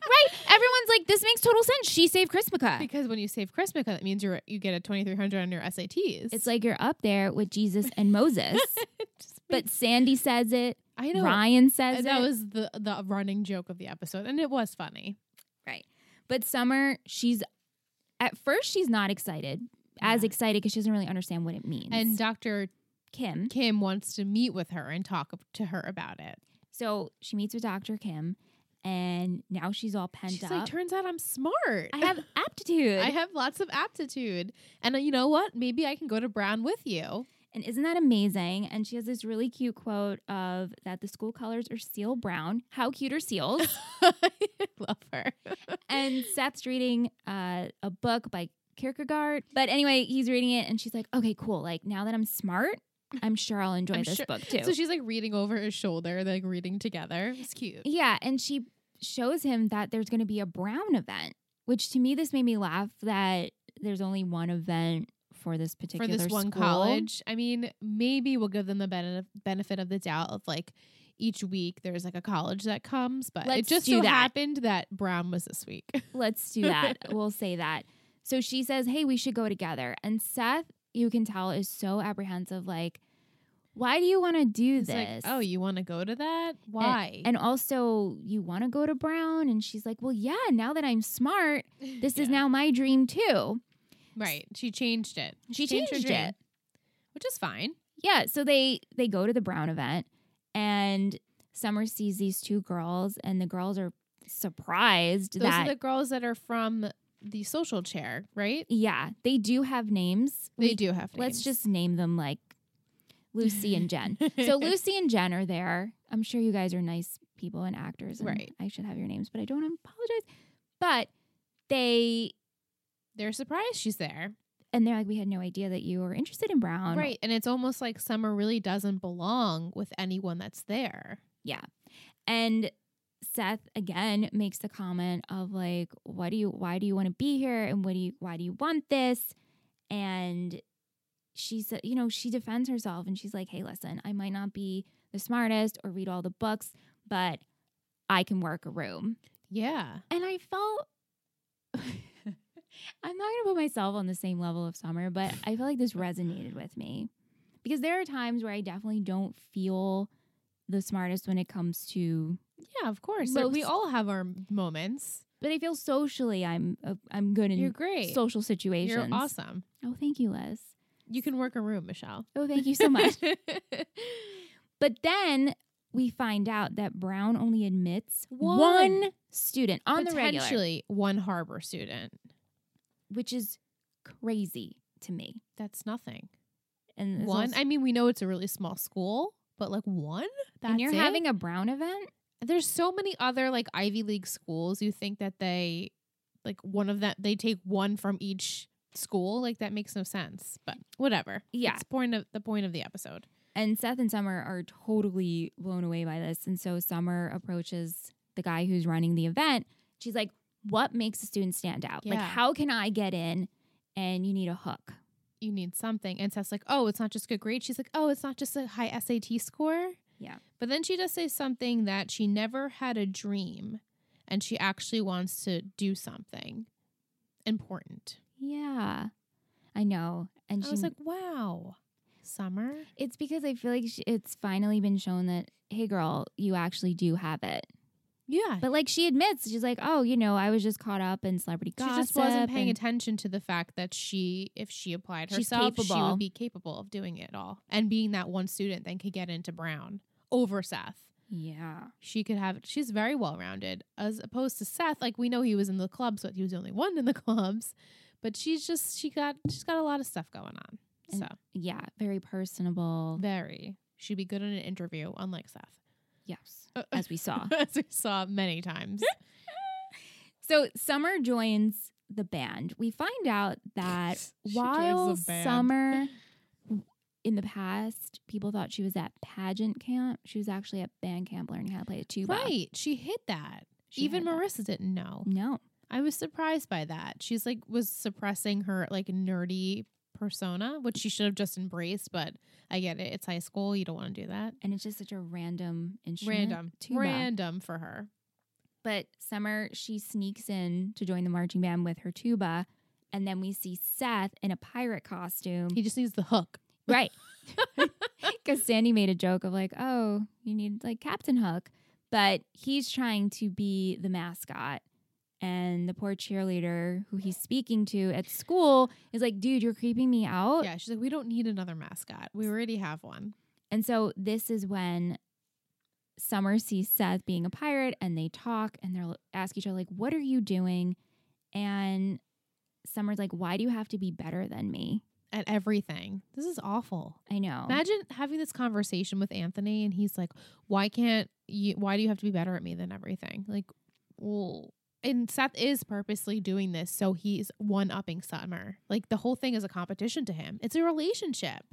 Speaker 1: right. Everyone's like, this makes total sense. She saved Chrismica.
Speaker 4: [laughs] because when you save Chrismica, that means you you get a 2300 on your SATs.
Speaker 1: It's
Speaker 4: [laughs]
Speaker 1: like you're up there with Jesus and Moses.
Speaker 4: Just
Speaker 1: but Sandy says it.
Speaker 4: I know
Speaker 1: Ryan says
Speaker 4: And that
Speaker 1: it.
Speaker 4: was the the running joke of the episode, and it was funny.
Speaker 1: right. But Summer, she's at first she's not excited, as
Speaker 4: Yeah.
Speaker 1: excited because she doesn't really understand what it means.
Speaker 4: And Doctor
Speaker 1: Kim.
Speaker 4: Kim wants to meet with her and talk to her about it.
Speaker 1: So she meets with Dr. Kim and now she's all pent
Speaker 4: She's
Speaker 1: up.
Speaker 4: like, turns out I'm smart.
Speaker 1: I
Speaker 4: [laughs]
Speaker 1: have aptitude.
Speaker 4: I have lots of aptitude, and uh, you know what? Maybe I can go to Brown with you. [laughs]
Speaker 1: And isn't that amazing? And she has this really cute quote of that the school colors are seal brown. How cute are seals?
Speaker 4: [laughs] I love her.
Speaker 1: and Seth's reading uh, a book by Kierkegaard. But anyway, he's reading it and she's like, okay, cool. Like now that I'm smart, I'm sure I'll enjoy
Speaker 4: I'm
Speaker 1: this
Speaker 4: sure-
Speaker 1: book too.
Speaker 4: So she's like reading over his shoulder, like reading together. It's cute.
Speaker 1: yeah. And she shows him that there's going to be a brown event, which to me, this made me laugh that there's only one event for this
Speaker 4: for
Speaker 1: particular
Speaker 4: this one
Speaker 1: school.
Speaker 4: college. I mean, maybe we'll give them the benef- benefit of the doubt of like each week there's like a college that comes, but
Speaker 1: Let's
Speaker 4: it just
Speaker 1: do
Speaker 4: so
Speaker 1: that.
Speaker 4: happened that Brown was this week.
Speaker 1: Let's do that. we'll say that. So she says, Hey, we should go together. And Seth, you can tell, is so apprehensive. Like, why do you want to do
Speaker 4: [laughs] It's like,
Speaker 1: this?
Speaker 4: oh, you want to go to that? Why?
Speaker 1: And also, you want to go to Brown? And she's like, Well, yeah, now that I'm smart, this is
Speaker 4: [laughs] Yeah.
Speaker 1: now my dream too.
Speaker 4: right. She changed it.
Speaker 1: She
Speaker 4: her
Speaker 1: changed
Speaker 4: dream,
Speaker 1: it.
Speaker 4: which is fine.
Speaker 1: Yeah. So they they go to the Brown event and Summer sees these two girls and the girls are surprised
Speaker 4: Those
Speaker 1: that
Speaker 4: are the girls that are from the social chair, right?
Speaker 1: yeah, they do have names.
Speaker 4: They
Speaker 1: We-
Speaker 4: do have.
Speaker 1: Let's
Speaker 4: names.
Speaker 1: just name them like Lucy and
Speaker 4: [laughs]
Speaker 1: Jen. so Lucy and Jen are there. I'm sure you guys are nice people and actors. and
Speaker 4: Right.
Speaker 1: I should have your names, but I don't I apologize. But they
Speaker 4: They're surprised she's there,
Speaker 1: and they're like, we had no idea that you were interested in Brown.
Speaker 4: right? And it's almost like Summer really doesn't belong with anyone that's there.
Speaker 1: Yeah. And Seth again makes the comment of like, why do you why do you want to be here? And what do you why do you want this? And she said, you know, she defends herself and she's like, hey, listen, I might not be the smartest or read all the books, but I can work a room.
Speaker 4: Yeah.
Speaker 1: And I felt [laughs] I'm not gonna put myself on the same level of summer, but I feel like this resonated with me. Because there are times where I definitely don't feel the smartest when it comes to
Speaker 4: Yeah, of course. Like, we
Speaker 1: Most-
Speaker 4: all have our moments.
Speaker 1: but I feel socially I'm uh, I'm good in
Speaker 4: You're great.
Speaker 1: social situations.
Speaker 4: You're awesome.
Speaker 1: Oh, thank you, Liz.
Speaker 4: You can work a room, [laughs] Michelle.
Speaker 1: Oh, thank you so much. but then we find out that Brown only admits
Speaker 4: One.
Speaker 1: one student on the regular,
Speaker 4: Potentially one harbor student.
Speaker 1: which is crazy to me.
Speaker 4: That's nothing.
Speaker 1: And this
Speaker 4: one.
Speaker 1: also-
Speaker 4: I mean, we know it's a really small school, but like one. That's
Speaker 1: and you're
Speaker 4: it?
Speaker 1: having a Brown event.
Speaker 4: There's so many other like Ivy League schools. You think that they, like one of that they take one from each school. Like that makes no sense. But whatever.
Speaker 1: Yeah.
Speaker 4: It's point of the point of the episode.
Speaker 1: And Seth and Summer are totally blown away by this. And so Summer approaches the guy who's running the event. She's like, What makes a student stand out? Like,
Speaker 4: Yeah.
Speaker 1: how can I get in? And you need a hook.
Speaker 4: you need something. And Seth's like, oh, it's not just good grades. She's like, oh, it's not just a high SAT score.
Speaker 1: Yeah.
Speaker 4: But then she does say something that she never had a dream and she actually wants to do something important.
Speaker 1: Yeah. I know. And
Speaker 4: I
Speaker 1: she
Speaker 4: was like, wow, Summer.
Speaker 1: It's because I feel like she, it's finally been shown that, hey, girl, you actually do have it.
Speaker 4: Yeah.
Speaker 1: But like she admits, she's like, oh, you know, I was just caught up in celebrity
Speaker 4: she
Speaker 1: gossip.
Speaker 4: just wasn't paying
Speaker 1: and-
Speaker 4: attention to the fact that she, if she applied
Speaker 1: She's
Speaker 4: herself, she
Speaker 1: capable.
Speaker 4: would be capable of doing it all and being that one student that could get into Brown over Seth.
Speaker 1: Yeah.
Speaker 4: she could have she's very well rounded as opposed to Seth like we know he was in the clubs but he was the only one in the [laughs] clubs but she's just she got she's got a lot of stuff going on so
Speaker 1: Yeah. Very personable.
Speaker 4: very she'd be good in an interview unlike Seth
Speaker 1: yes.
Speaker 4: Uh,
Speaker 1: As we saw.
Speaker 4: [laughs] as we saw many times
Speaker 1: So Summer joins the band. We find out that
Speaker 4: She joins the
Speaker 1: while
Speaker 4: band.
Speaker 1: Summer in the past, people thought she was at pageant camp. She was actually at band camp learning how to play a tuba.
Speaker 4: Right. She hid that.
Speaker 1: She
Speaker 4: Even
Speaker 1: had that.
Speaker 4: Marissa didn't know.
Speaker 1: No.
Speaker 4: I was surprised by that. She's like was suppressing her like nerdy persona, which she should have just embraced, but I get it. It's high school. You don't want to do that.
Speaker 1: And it's just such a random instrument.
Speaker 4: Random.
Speaker 1: Tuba.
Speaker 4: Random for her.
Speaker 1: But Summer, she sneaks in to join the marching band with her tuba. And then we see Seth in a pirate costume.
Speaker 4: He just needs the hook.
Speaker 1: [laughs] Right. [laughs] Because Sandy made a joke of like, oh, you need like Captain Hook. But he's trying to be the mascot. And the poor cheerleader who he's speaking to at school is like, dude, you're creeping me out.
Speaker 4: Yeah, she's like, we don't need another mascot. We already have one.
Speaker 1: And so this is when Summer sees Seth being a pirate and they talk and they'll ask each other, like, what are you doing? And Summer's like, why do you have to be better than me?
Speaker 4: At everything. This is awful.
Speaker 1: I know.
Speaker 4: Imagine having this conversation with Anthony and he's like, "Why can't you why do you have to be better at me than everything?" Like, well, and Seth is purposely doing this so he's one-upping Summer. Like the whole thing is a competition to him. It's a relationship.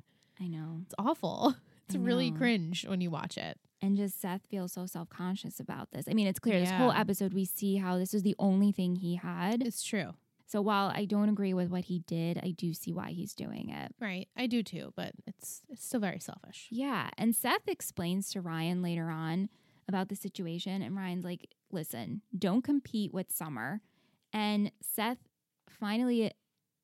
Speaker 1: I know.
Speaker 4: It's awful. [laughs] It's
Speaker 1: I
Speaker 4: really
Speaker 1: know.
Speaker 4: cringe when you watch it.
Speaker 1: And just Seth feels so self conscious about this. I mean, it's clear this whole
Speaker 4: Yeah.
Speaker 1: episode we see how this is the only thing he had.
Speaker 4: It's true.
Speaker 1: So while I don't agree with what he did, I do see why he's doing it.
Speaker 4: Right. I do too, but it's it's still very selfish.
Speaker 1: Yeah. And Seth explains to Ryan later on about the situation. And Ryan's like, listen, don't compete with Summer. And Seth finally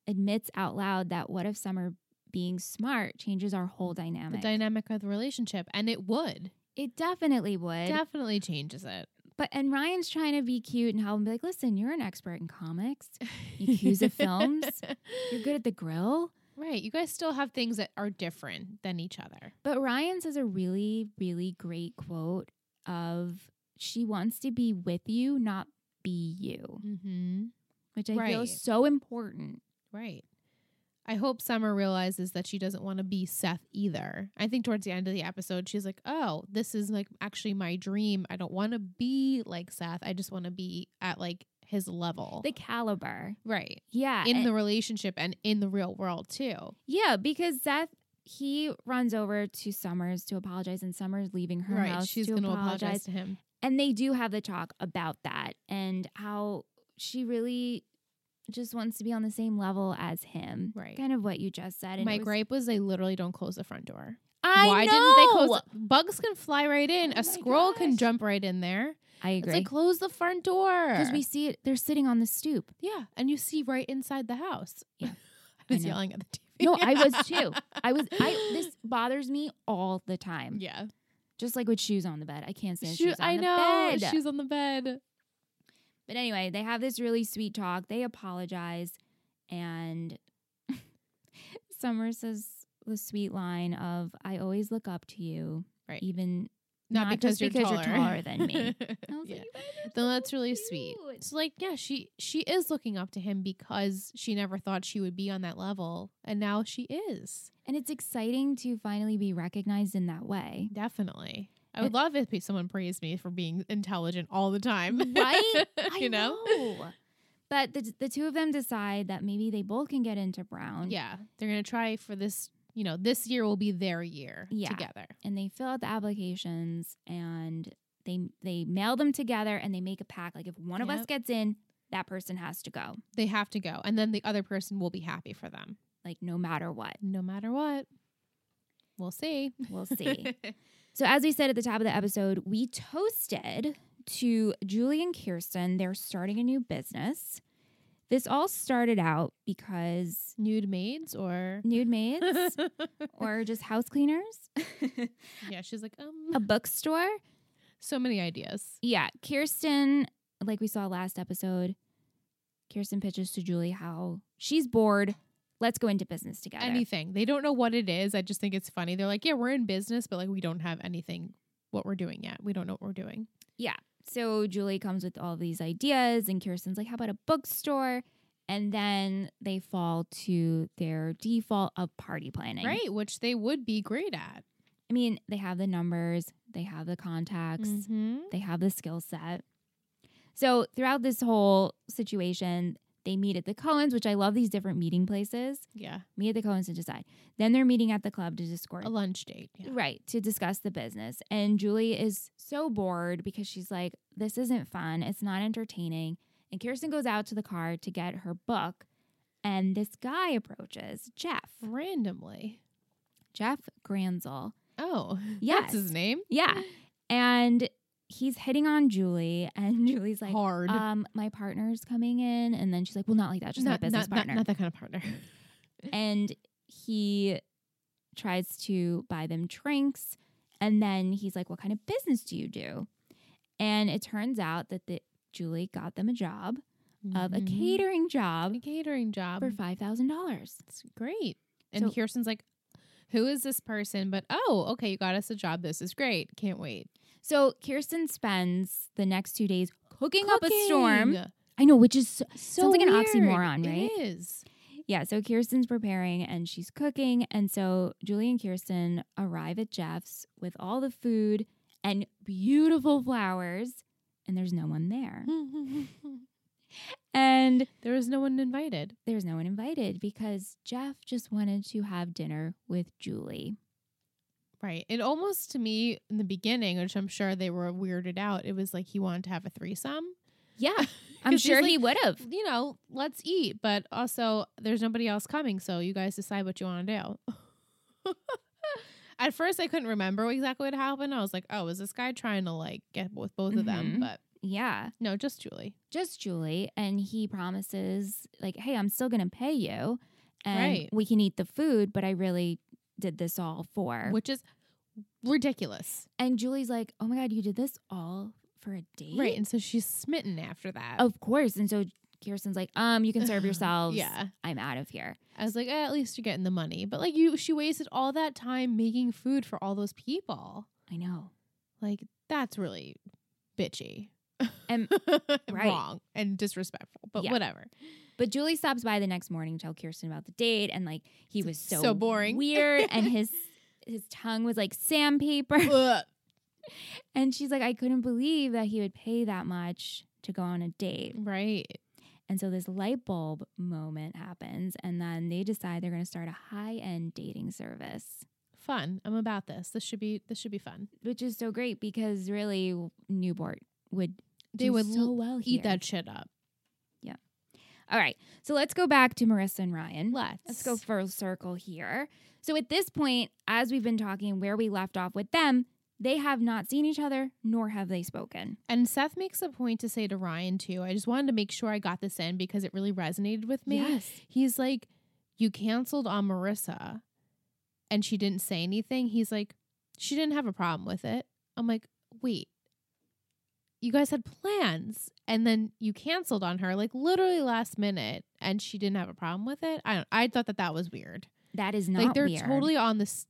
Speaker 1: admits out loud that what if Summer being smart changes our whole
Speaker 4: The
Speaker 1: dynamic?
Speaker 4: dynamic of the relationship and it would.
Speaker 1: it definitely would.
Speaker 4: Definitely changes it.
Speaker 1: but and Ryan's trying to be cute and help him be like, listen, you're an expert in comics. You accuse of
Speaker 4: [laughs]
Speaker 1: films? You're good at the grill.
Speaker 4: Right. You guys still have things that are different than each other.
Speaker 1: But Ryan says a really, really great quote of she wants to be with you, not be you,
Speaker 4: Mm-hmm.
Speaker 1: which I feel
Speaker 4: Right.
Speaker 1: is so important.
Speaker 4: Right. I hope Summer realizes that she doesn't want to be Seth either. I think towards the end of the episode, she's like, oh, this is like actually my dream. I don't want to be like Seth. I just want to be at like his level.
Speaker 1: The caliber.
Speaker 4: right.
Speaker 1: Yeah.
Speaker 4: In
Speaker 1: and-
Speaker 4: the relationship and in the real world too.
Speaker 1: yeah, because Seth, he runs over to Summers to apologize, and Summers leaving her
Speaker 4: right.
Speaker 1: house
Speaker 4: She's
Speaker 1: to
Speaker 4: going to
Speaker 1: apologize.
Speaker 4: apologize to him.
Speaker 1: and they do have the talk about that and how she really just wants to be on the same level as him.
Speaker 4: Right.
Speaker 1: Kind of what you just said. And
Speaker 4: My
Speaker 1: it was-
Speaker 4: gripe was they literally don't close the front door.
Speaker 1: I
Speaker 4: Why didn't they
Speaker 1: know!
Speaker 4: close? Bugs can fly right in.
Speaker 1: Oh my
Speaker 4: a squirrel can
Speaker 1: gosh.
Speaker 4: jump right in there.
Speaker 1: I
Speaker 4: It's
Speaker 1: agree.
Speaker 4: like close the front door.
Speaker 1: Because we see it, they're sitting on the stoop.
Speaker 4: Yeah, and you see right inside the house.
Speaker 1: Yeah.
Speaker 4: [laughs] I
Speaker 1: I
Speaker 4: was
Speaker 1: know.
Speaker 4: yelling at the TV.
Speaker 1: No, I
Speaker 4: [laughs]
Speaker 1: was too. I was. I this bothers me all the time.
Speaker 4: Yeah,
Speaker 1: Just like with shoes on the bed, I can't stand
Speaker 4: Shoe-
Speaker 1: shoes on
Speaker 4: I
Speaker 1: the
Speaker 4: know.
Speaker 1: bed.
Speaker 4: She's on the bed.
Speaker 1: But anyway, they have this really sweet talk. They apologize, and [laughs] Summer says the sweet line of "I always look up to you,
Speaker 4: Right.
Speaker 1: even."
Speaker 4: Not,
Speaker 1: Not
Speaker 4: because,
Speaker 1: just
Speaker 4: you're,
Speaker 1: because
Speaker 4: taller.
Speaker 1: you're taller than me. I was
Speaker 4: [laughs] yeah.
Speaker 1: like, "You guys are
Speaker 4: Though
Speaker 1: so
Speaker 4: that's really sweet.
Speaker 1: cute."
Speaker 4: So like, yeah, she she is looking up to him because she never thought she would be on that level, and now she is
Speaker 1: And it's exciting to finally be recognized in that
Speaker 4: [laughs]
Speaker 1: way.
Speaker 4: definitely. I would love if someone praised me for being intelligent all the time.
Speaker 1: Right? I
Speaker 4: you know?
Speaker 1: know. But the the two of them decide that maybe they both can get into Brown.
Speaker 4: [laughs] Yeah, they're gonna try for this. You know, this year will be their year
Speaker 1: Yeah.
Speaker 4: together.
Speaker 1: And they fill out the applications and they they mail them together and they make a pack. Like if one of us
Speaker 4: Yep.
Speaker 1: gets in, that person has to go.
Speaker 4: They have to go, and then the other person will be happy for them.
Speaker 1: Like no matter what.
Speaker 4: no matter what. We'll see.
Speaker 1: We'll see. so as we said at the top of the episode, we toasted to Julie and Kirsten. They're starting a new business. This all started out
Speaker 4: [laughs]
Speaker 1: because
Speaker 4: [laughs] Nude maids or
Speaker 1: nude maids or just house cleaners,
Speaker 4: [laughs] yeah, she's like
Speaker 1: a
Speaker 4: um
Speaker 1: bookstore,
Speaker 4: so many ideas.
Speaker 1: Yeah, Kirsten, like we saw last episode, Kirsten pitches to Julie how she's bored. Let's go into business together.
Speaker 4: Anything. They don't know what it is. I just think it's funny. They're like, yeah, we're in business, but like we don't have anything what we're doing yet. We don't know what we're doing.
Speaker 1: so Julie comes with all these ideas, and Kirsten's like, "How about a bookstore?" And then they fall to their default of party planning.
Speaker 4: Right, which they would be great at.
Speaker 1: I mean, they have the numbers, they have the contacts,
Speaker 4: Mhm.
Speaker 1: they have the skill set. So throughout this whole situation, They meet at the Cohens, which I love these different meeting places.
Speaker 4: Yeah.
Speaker 1: Meet at the Cohens to decide. Then they're meeting at the club to discuss.
Speaker 4: A lunch date. Yeah.
Speaker 1: Right, to discuss the business. And Julie is so bored because she's like, this isn't fun. It's not entertaining. And Kirsten goes out to the car to get her book. And this guy approaches Jeff,
Speaker 4: Randomly.
Speaker 1: Jeff Granzel.
Speaker 4: Oh. [laughs]
Speaker 1: Yes.
Speaker 4: That's his name. [gasps]
Speaker 1: Yeah. And he's hitting on Julie. And [laughs] Julie's like,
Speaker 4: Hard.
Speaker 1: um, my partner's coming in. And then she's like, well, not like that, just my business
Speaker 4: not,
Speaker 1: partner.
Speaker 4: Not, that kind of partner.
Speaker 1: and he tries to buy them drinks and then he's like what kind of business do you do and it turns out that the, julie got them a job of a
Speaker 4: Mhm.
Speaker 1: catering job
Speaker 4: A catering job.
Speaker 1: for $5000
Speaker 4: It's great. And
Speaker 1: So-
Speaker 4: Kirsten's like, who is this person? But oh, okay, you got us a job. This is great. Can't wait.
Speaker 1: so kirsten spends the next two days cooking, up a storm
Speaker 4: Cooking.
Speaker 1: i know which is so,
Speaker 4: So
Speaker 1: sounds like an
Speaker 4: weird.
Speaker 1: oxymoron right [laughs]
Speaker 4: It is.
Speaker 1: yeah so kirsten's preparing and she's cooking and so julie and kirsten arrive at jeff's with all the food and beautiful flowers and there's no one there and
Speaker 4: there was no one invited.
Speaker 1: there's no one invited because Jeff just wanted to have dinner with Julie.
Speaker 4: Right. It almost to me in the beginning, which I'm sure they were weirded out, it was like he wanted to have a threesome.
Speaker 1: [laughs] Yeah, I'm
Speaker 4: 'Cause he's
Speaker 1: sure
Speaker 4: like,
Speaker 1: he would have.
Speaker 4: You know, let's eat, but also there's nobody else coming, so you guys decide what you want to do. [laughs] At first, I couldn't remember exactly what happened. I was like, "Oh, is this guy trying to like get with both of them?"
Speaker 1: Mhm.
Speaker 4: But
Speaker 1: Yeah,
Speaker 4: no, just Julie.
Speaker 1: just Julie. And he promises, like, hey, I'm still going to pay you and
Speaker 4: Right.
Speaker 1: we can eat the food, but I really did this all for.
Speaker 4: which is ridiculous,
Speaker 1: and Julie's like, oh my God, you did this all for a date?
Speaker 4: right? And so she's smitten after that.
Speaker 1: [laughs] Of course. And so Kirsten's like, um, you can [sighs] serve yourselves.
Speaker 4: yeah.
Speaker 1: I'm out of here.
Speaker 4: I was like, eh, at least you're getting the money, but like you, she wasted all that time making food for all those people.
Speaker 1: I know.
Speaker 4: Like that's really bitchy, [laughs]
Speaker 1: And- right.
Speaker 4: wrong and disrespectful. But
Speaker 1: Yeah.
Speaker 4: [laughs] whatever.
Speaker 1: But Julie stops by the next morning to tell Kirsten about the date, and like he was so,
Speaker 4: so boring. [laughs]
Speaker 1: weird, and his his tongue was like sandpaper. [laughs]
Speaker 4: Ugh.
Speaker 1: and she's like, I couldn't believe that he would pay that much to go on a date.
Speaker 4: right.
Speaker 1: And so this light bulb moment happens, and then they decide they're going to start a high end dating service,
Speaker 4: Fun. I'm about this. This should be. This should be fun.
Speaker 1: which is so great because really Newport would
Speaker 4: They
Speaker 1: do
Speaker 4: would
Speaker 1: so
Speaker 4: l-
Speaker 1: well here.
Speaker 4: Eat that shit up.
Speaker 1: All right, so let's go back to Marissa and Ryan.
Speaker 4: Let's.
Speaker 1: Mm-hmm. Let's go full circle here. So at this point, as we've been talking where we left off with them, they have not seen each other nor have they spoken.
Speaker 4: And Seth makes a point to say to Ryan too. I just wanted to make sure I got this in because it really resonated with me. He's like, You canceled on Marissa and she didn't say anything. He's like, She didn't have a problem with it. I'm like, Wait, you guys had plans and then you canceled on her like literally last minute and she didn't have a problem with it. I don't, I thought that that was weird.
Speaker 1: That is not
Speaker 4: like they're
Speaker 1: weird
Speaker 4: totally on this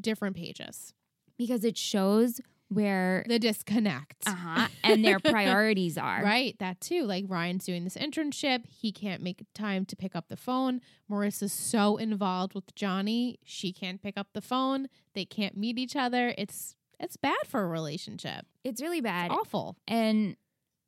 Speaker 4: different pages.
Speaker 1: because it shows where
Speaker 4: The disconnect.
Speaker 1: uh-huh, [laughs] and
Speaker 4: [laughs]
Speaker 1: their priorities are.
Speaker 4: Right, that too. Like Ryan's doing this internship. He can't make time to pick up the phone. Marissa's so involved with Johnny, she can't pick up the phone. They can't meet each other. It's it's bad for a relationship.
Speaker 1: It's really bad.
Speaker 4: It's awful.
Speaker 1: And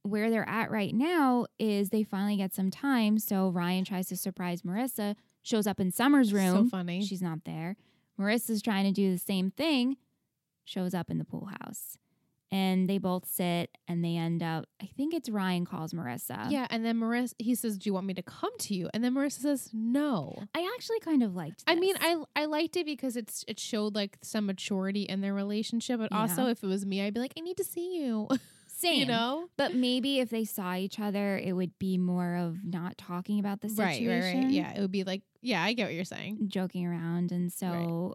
Speaker 1: where they're at right now is they finally get some time. So Ryan tries to surprise Marissa, shows up in Summer's
Speaker 4: So
Speaker 1: room.
Speaker 4: funny.
Speaker 1: She's not there. Marissa's trying to do the same thing, shows up in the pool house. And they both sit and they end up, I think it's Ryan calls Marissa.
Speaker 4: yeah, and then Marissa he says, "Do you want me to come to you?" And then Marissa says, "No."
Speaker 1: I actually kind of liked
Speaker 4: I mean,
Speaker 1: this.
Speaker 4: I I liked it because it's it showed like some maturity in their relationship, but also if it was me, I'd be like, "I need to see you."
Speaker 1: same.
Speaker 4: You know?
Speaker 1: But maybe if they saw each other, it would be more of not talking about the
Speaker 4: Right,
Speaker 1: situation.
Speaker 4: right, right. Yeah, it would be like, yeah, I get what you're saying.
Speaker 1: Joking around. And so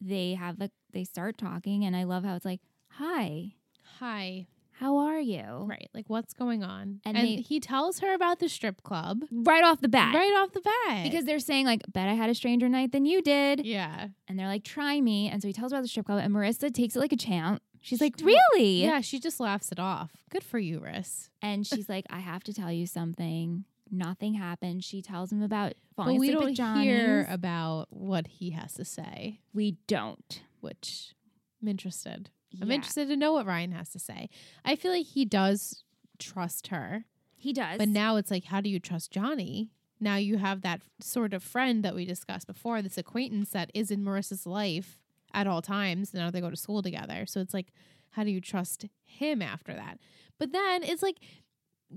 Speaker 1: they have the they start talking and I love how it's like, Hi,
Speaker 4: Hi.
Speaker 1: how are you?
Speaker 4: Right. Like what's going on?
Speaker 1: And
Speaker 4: Oh. And,
Speaker 1: they-
Speaker 4: he tells her about the strip club
Speaker 1: Right off the bat.
Speaker 4: right off the bat.
Speaker 1: Because they're saying, like, bet I had a stranger night than you did.
Speaker 4: yeah.
Speaker 1: and they're like, "Try me." And so he tells her about the strip club, and Marissa takes it like a champ. She's
Speaker 4: She-
Speaker 1: like, "Really?"
Speaker 4: Yeah, she just laughs it off. Good for you, Riss.
Speaker 1: And she's like, "I have to tell you something. Nothing happened." She tells him about
Speaker 4: But
Speaker 1: falling
Speaker 4: we
Speaker 1: asleep
Speaker 4: don't
Speaker 1: at Johnny's.
Speaker 4: hear about what he has to say,
Speaker 1: we don't.
Speaker 4: which I'm interested. I'm
Speaker 1: Yeah.
Speaker 4: interested to know what Ryan has to say. I feel like he does trust her.
Speaker 1: He does.
Speaker 4: But now it's like, how do you trust Johnny? Now you have that sort of friend that we discussed before, this acquaintance that is in Marissa's life at all times. Now they go to school together. So it's like, how do you trust him after that? But then it's like,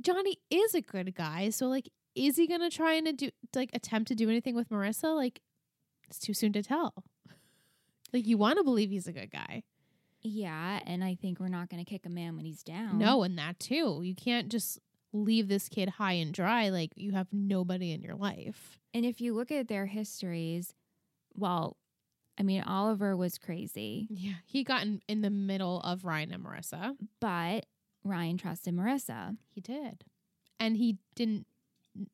Speaker 4: Johnny is a good guy. So, like, is he going to try and do, like, attempt to do anything with Marissa? Like, it's too soon to tell. Like, you want to believe he's a good guy.
Speaker 1: yeah, and I think we're not going to kick a man when he's down.
Speaker 4: No, and that too. You can't just leave this kid high and dry like you have nobody in your life.
Speaker 1: And if you look at their histories, well, I mean, Oliver was crazy,
Speaker 4: Yeah. He got in, in the middle of Ryan and Marissa.
Speaker 1: but Ryan trusted Marissa.
Speaker 4: He did. And he didn't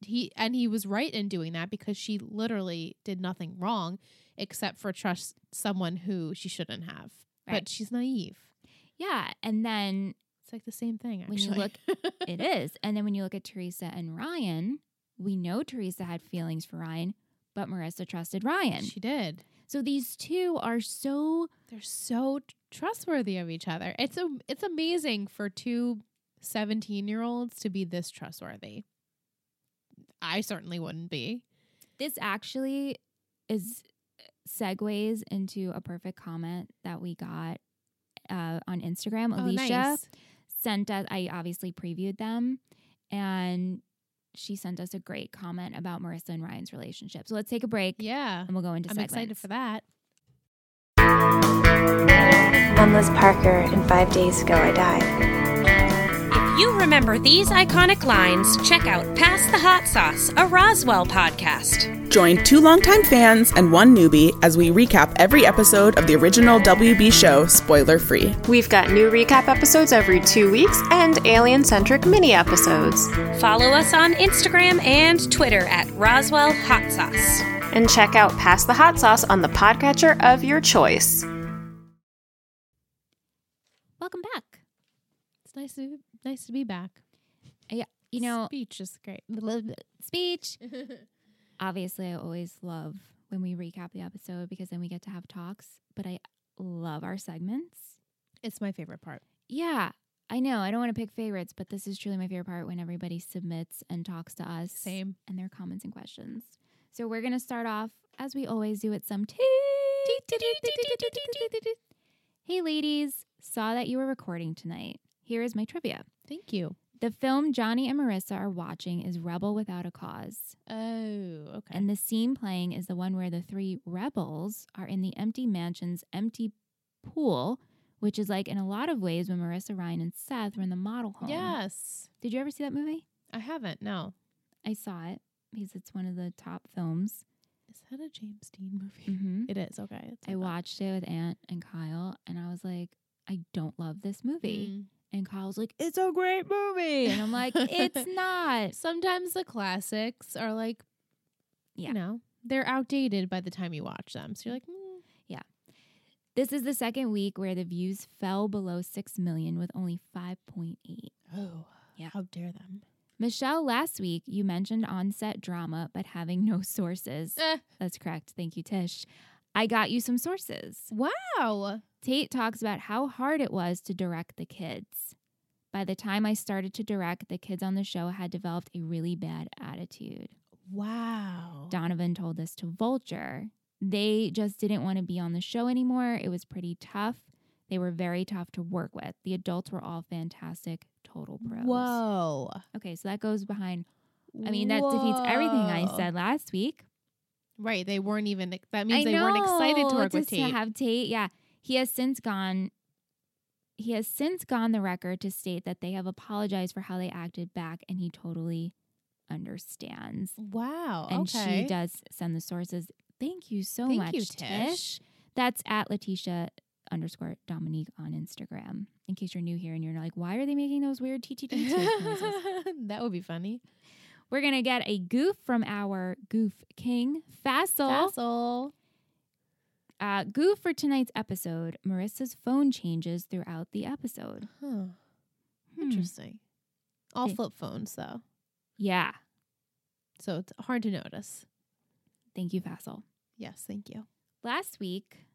Speaker 4: he and he was right in doing that because she literally did nothing wrong except for trust someone who she shouldn't have.
Speaker 1: Right.
Speaker 4: But she's naive.
Speaker 1: Yeah. And then
Speaker 4: It's like the same thing
Speaker 1: When you
Speaker 4: actually. [laughs] look
Speaker 1: it is. And then when you look at Teresa and Ryan, we know Teresa had feelings for Ryan, but Marissa trusted Ryan.
Speaker 4: she did.
Speaker 1: so these two are so
Speaker 4: They're so t- trustworthy of each other. It's a, it's amazing for two 17 year olds to be this trustworthy. I certainly wouldn't be.
Speaker 1: this actually is uh, segues into a perfect comment that we got uh, on Instagram.
Speaker 4: Oh,
Speaker 1: Alicia sent us I obviously previewed them and she sent us a great comment about Marissa and Ryan's relationship. So let's take a break
Speaker 4: Yeah.
Speaker 1: and we'll go into
Speaker 4: I'm
Speaker 1: segments.
Speaker 4: excited for that.
Speaker 5: I'm Liz Parker, and five days ago I died.
Speaker 6: If you remember these iconic lines, check out Pass the Hot Sauce, a Roswell podcast.
Speaker 7: Join two longtime fans and one newbie as we recap every episode of the original WB show, spoiler free.
Speaker 8: We've got new recap episodes every two weeks and alien centric mini episodes.
Speaker 6: Follow us on Instagram and Twitter at Roswell Hot Sauce.
Speaker 8: And check out Pass the Hot Sauce on the podcatcher of your choice.
Speaker 1: Welcome back.
Speaker 4: It's nice to nice to be back.
Speaker 1: Yeah, you know,
Speaker 4: speech is great.
Speaker 1: speech. Obviously, I always love when we recap the episode because then we get to have talks, but I love our segments.
Speaker 4: It's my favorite part.
Speaker 1: Yeah, I know. I don't want to pick favorites, but this is truly my favorite part when everybody submits and talks to us.
Speaker 4: Same.
Speaker 1: And their comments and questions. So we're going to start off, as we always do, at some tea. Hey, ladies, saw that you were recording tonight. Here is my trivia.
Speaker 4: Thank you.
Speaker 1: The film Johnny and Marissa are watching is Rebel Without a Cause.
Speaker 4: Oh, okay.
Speaker 1: And the scene playing is the one where the three rebels are in the empty mansion's empty pool, which is like in a lot of ways when Marissa Ryan and Seth were in the model home.
Speaker 4: yes.
Speaker 1: Did you ever see that movie?
Speaker 4: um, I haven't. No.
Speaker 1: I saw it because it's one of the top films.
Speaker 4: Is that a James Dean movie?
Speaker 1: Mhm.
Speaker 4: [laughs] It is. Okay. It's
Speaker 1: I watched it with Aunt and Kyle, and I was like, I don't love this movie.
Speaker 4: Mm.
Speaker 1: And Kyle's like, it's a great movie. And I'm
Speaker 4: [laughs]
Speaker 1: like, it's not.
Speaker 4: Sometimes the classics are like,
Speaker 1: Yeah.
Speaker 4: you know, they're outdated by the time you watch them. So you're like, mm,
Speaker 1: This is the second week where the views fell below 6 million with only 5.8.
Speaker 4: oh,
Speaker 1: Yeah.
Speaker 4: how dare them?
Speaker 1: Michelle, last week you mentioned on set drama, but having no sources.
Speaker 4: Eh.
Speaker 1: That's correct. Thank you, Tish. I got you some sources.
Speaker 4: Wow.
Speaker 1: Tate talks about how hard it was to direct the kids. By the time I started to direct, the kids on the show had developed a really bad attitude.
Speaker 4: Wow.
Speaker 1: Donovan told this to Vulture. They just didn't want to be on the show anymore. It was pretty tough. They were very tough to work with. The adults were all fantastic, total pros.
Speaker 4: Whoa.
Speaker 1: Okay, so that goes behind I mean, that defeats everything I
Speaker 4: Whoa.
Speaker 1: said last week.
Speaker 4: Right. They weren't even, ex- that means
Speaker 1: I
Speaker 4: they weren't excited to
Speaker 1: know,
Speaker 4: work
Speaker 1: just
Speaker 4: with Tate.
Speaker 1: have Tate, yeah, he has since gone. He has since gone the record to state that they have apologized for how they acted back, and he totally understands.
Speaker 4: wow.
Speaker 1: And
Speaker 4: okay. [laughs]
Speaker 1: she does send the sources. Thank you so
Speaker 4: Thank
Speaker 1: much,
Speaker 4: you,
Speaker 1: Tish.
Speaker 4: Tish.
Speaker 1: That's at Letitia underscore Dominique on Instagram. In case you're new here and you're like, why are they making those weird TTT noises?
Speaker 4: that would be funny.
Speaker 1: We're gonna get a goof from our goof king, Fassel.
Speaker 4: Tassel.
Speaker 1: Uh, goof for tonight's episode. Marissa's phone changes throughout the episode.
Speaker 4: Huh.
Speaker 1: Hmm.
Speaker 4: Interesting. All
Speaker 1: Thi-
Speaker 4: flip phones, though.
Speaker 1: Yeah.
Speaker 4: So it's hard to notice.
Speaker 1: Thank you, Fassel.
Speaker 4: Yes, thank you.
Speaker 1: Last week,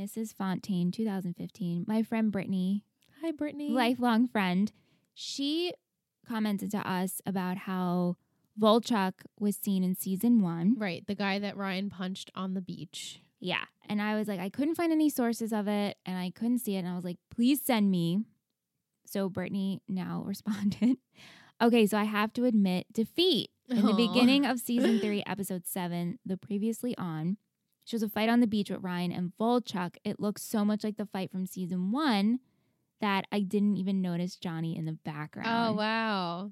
Speaker 1: Mrs. Fontaine, 2015, my friend Brittany,
Speaker 4: Hi, Brittany.
Speaker 1: lifelong friend, she commented to us about how Volchuk was seen in season one.
Speaker 4: Right, the guy that Ryan punched on the beach.
Speaker 1: Yeah. And I was like, I couldn't find any sources of it and I couldn't see it. And I was like, please send me. So Brittany now [laughs] responded. Okay, so I have to admit defeat. In the
Speaker 4: Aw.
Speaker 1: beginning of
Speaker 4: [laughs]
Speaker 1: season three, episode seven, the previously on, shows a fight on the beach with Ryan and Volchuk. It looks so much like the fight from season one that I didn't even notice Johnny in the background.
Speaker 4: Oh wow,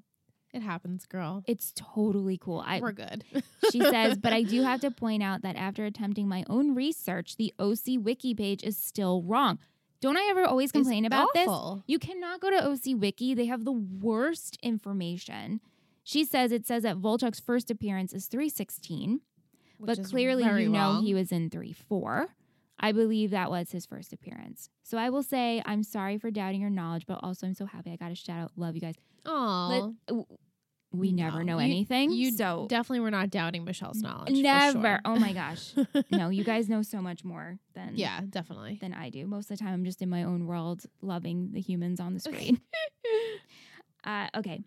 Speaker 4: it happens, girl.
Speaker 1: It's totally cool. I,
Speaker 4: We're good.
Speaker 1: she says, but I
Speaker 4: [laughs]
Speaker 1: do have to point out that after attempting my own research, the OC wiki page is still wrong. Don't I ever always complain about this?
Speaker 4: awful.
Speaker 1: You cannot go to OC wiki. They have the worst information. She says it says that Volchuk's first appearance is 316,
Speaker 4: Which
Speaker 1: but
Speaker 4: is
Speaker 1: clearly
Speaker 4: very
Speaker 1: you know
Speaker 4: wrong.
Speaker 1: he was in 34. I believe that was his first appearance. So I will say I'm sorry for doubting your knowledge, but also I'm so happy I got a shout out. Love you guys.
Speaker 4: Aw.
Speaker 1: Let- w- we never know anything.
Speaker 4: You,
Speaker 1: so
Speaker 4: definitely were not doubting Michelle's knowledge. for
Speaker 1: Never.
Speaker 4: sure.
Speaker 1: Oh my gosh.
Speaker 4: [laughs]
Speaker 1: no, you guys know so much more than
Speaker 4: yeah, definitely.
Speaker 1: than I do. Most of the time, I'm just in my own world, loving the humans on the
Speaker 4: [laughs]
Speaker 1: screen. [laughs] uh, okay.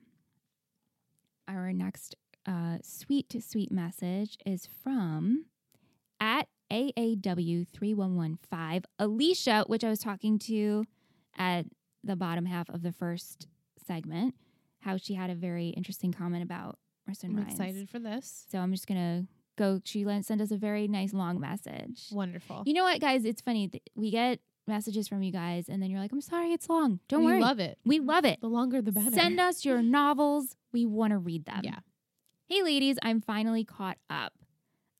Speaker 1: Our next uh, sweet sweet message is from at AAW three one one five Alicia, which I was talking to at the bottom half of the first segment. How she had a very interesting comment about Marissa
Speaker 4: I'm
Speaker 1: and Ryan's.
Speaker 4: excited for this.
Speaker 1: So I'm just gonna go. She len- sent us a very nice long message.
Speaker 4: Wonderful.
Speaker 1: You know what, guys? It's funny. Th- We get messages from you guys, and then you're like, "I'm sorry, it's long. Don't
Speaker 4: we
Speaker 1: worry,
Speaker 4: love it.
Speaker 1: we love it.
Speaker 4: The longer, the better.
Speaker 1: Send us your novels. We want to read them."
Speaker 4: Yeah.
Speaker 1: Hey, ladies, I'm finally caught up.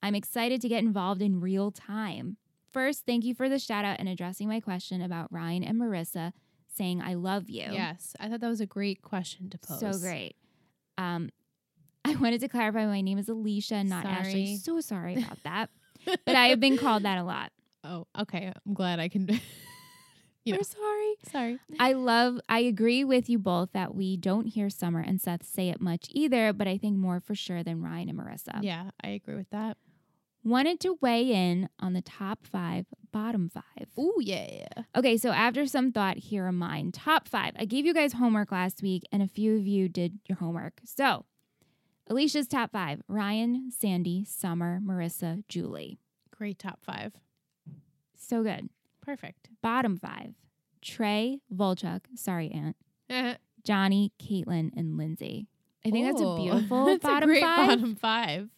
Speaker 1: I'm excited to get involved in real time. First, thank you for the shout out and addressing my question about Ryan and Marissa saying I love you.
Speaker 4: Yes, I thought that was a great question to pose.
Speaker 1: So
Speaker 4: [laughs]
Speaker 1: great. Um, [laughs] I wanted to clarify my name is Alicia, not Ashley.
Speaker 4: Sorry.
Speaker 1: So sorry
Speaker 4: [laughs]
Speaker 1: about that. but I have been called that a lot.
Speaker 4: Oh, okay. I'm glad I can. [laughs] you know,
Speaker 1: We're sorry.
Speaker 4: sorry.
Speaker 1: I love, I agree with you both that we don't hear Summer and Seth say it much either, but I think more for sure than Ryan and Marissa.
Speaker 4: Yeah, I agree with that.
Speaker 1: Wanted to weigh in on the top five, bottom five.
Speaker 4: Oh yeah.
Speaker 1: Okay, so after some thought, here are mine. Top five. I gave you guys homework last week, and a few of you did your homework. So, Alicia's top five Ryan, Sandy, Summer, Marissa, Julie.
Speaker 4: Great top five.
Speaker 1: So good. [laughs]
Speaker 4: Perfect.
Speaker 1: Bottom five Trey, Volchuk, sorry, Aunt,
Speaker 4: I
Speaker 1: Johnny, Caitlin, and Lindsay. I think that's
Speaker 4: [laughs]
Speaker 1: a beautiful
Speaker 4: that's
Speaker 1: bottom
Speaker 4: a great
Speaker 1: five.
Speaker 4: bottom five.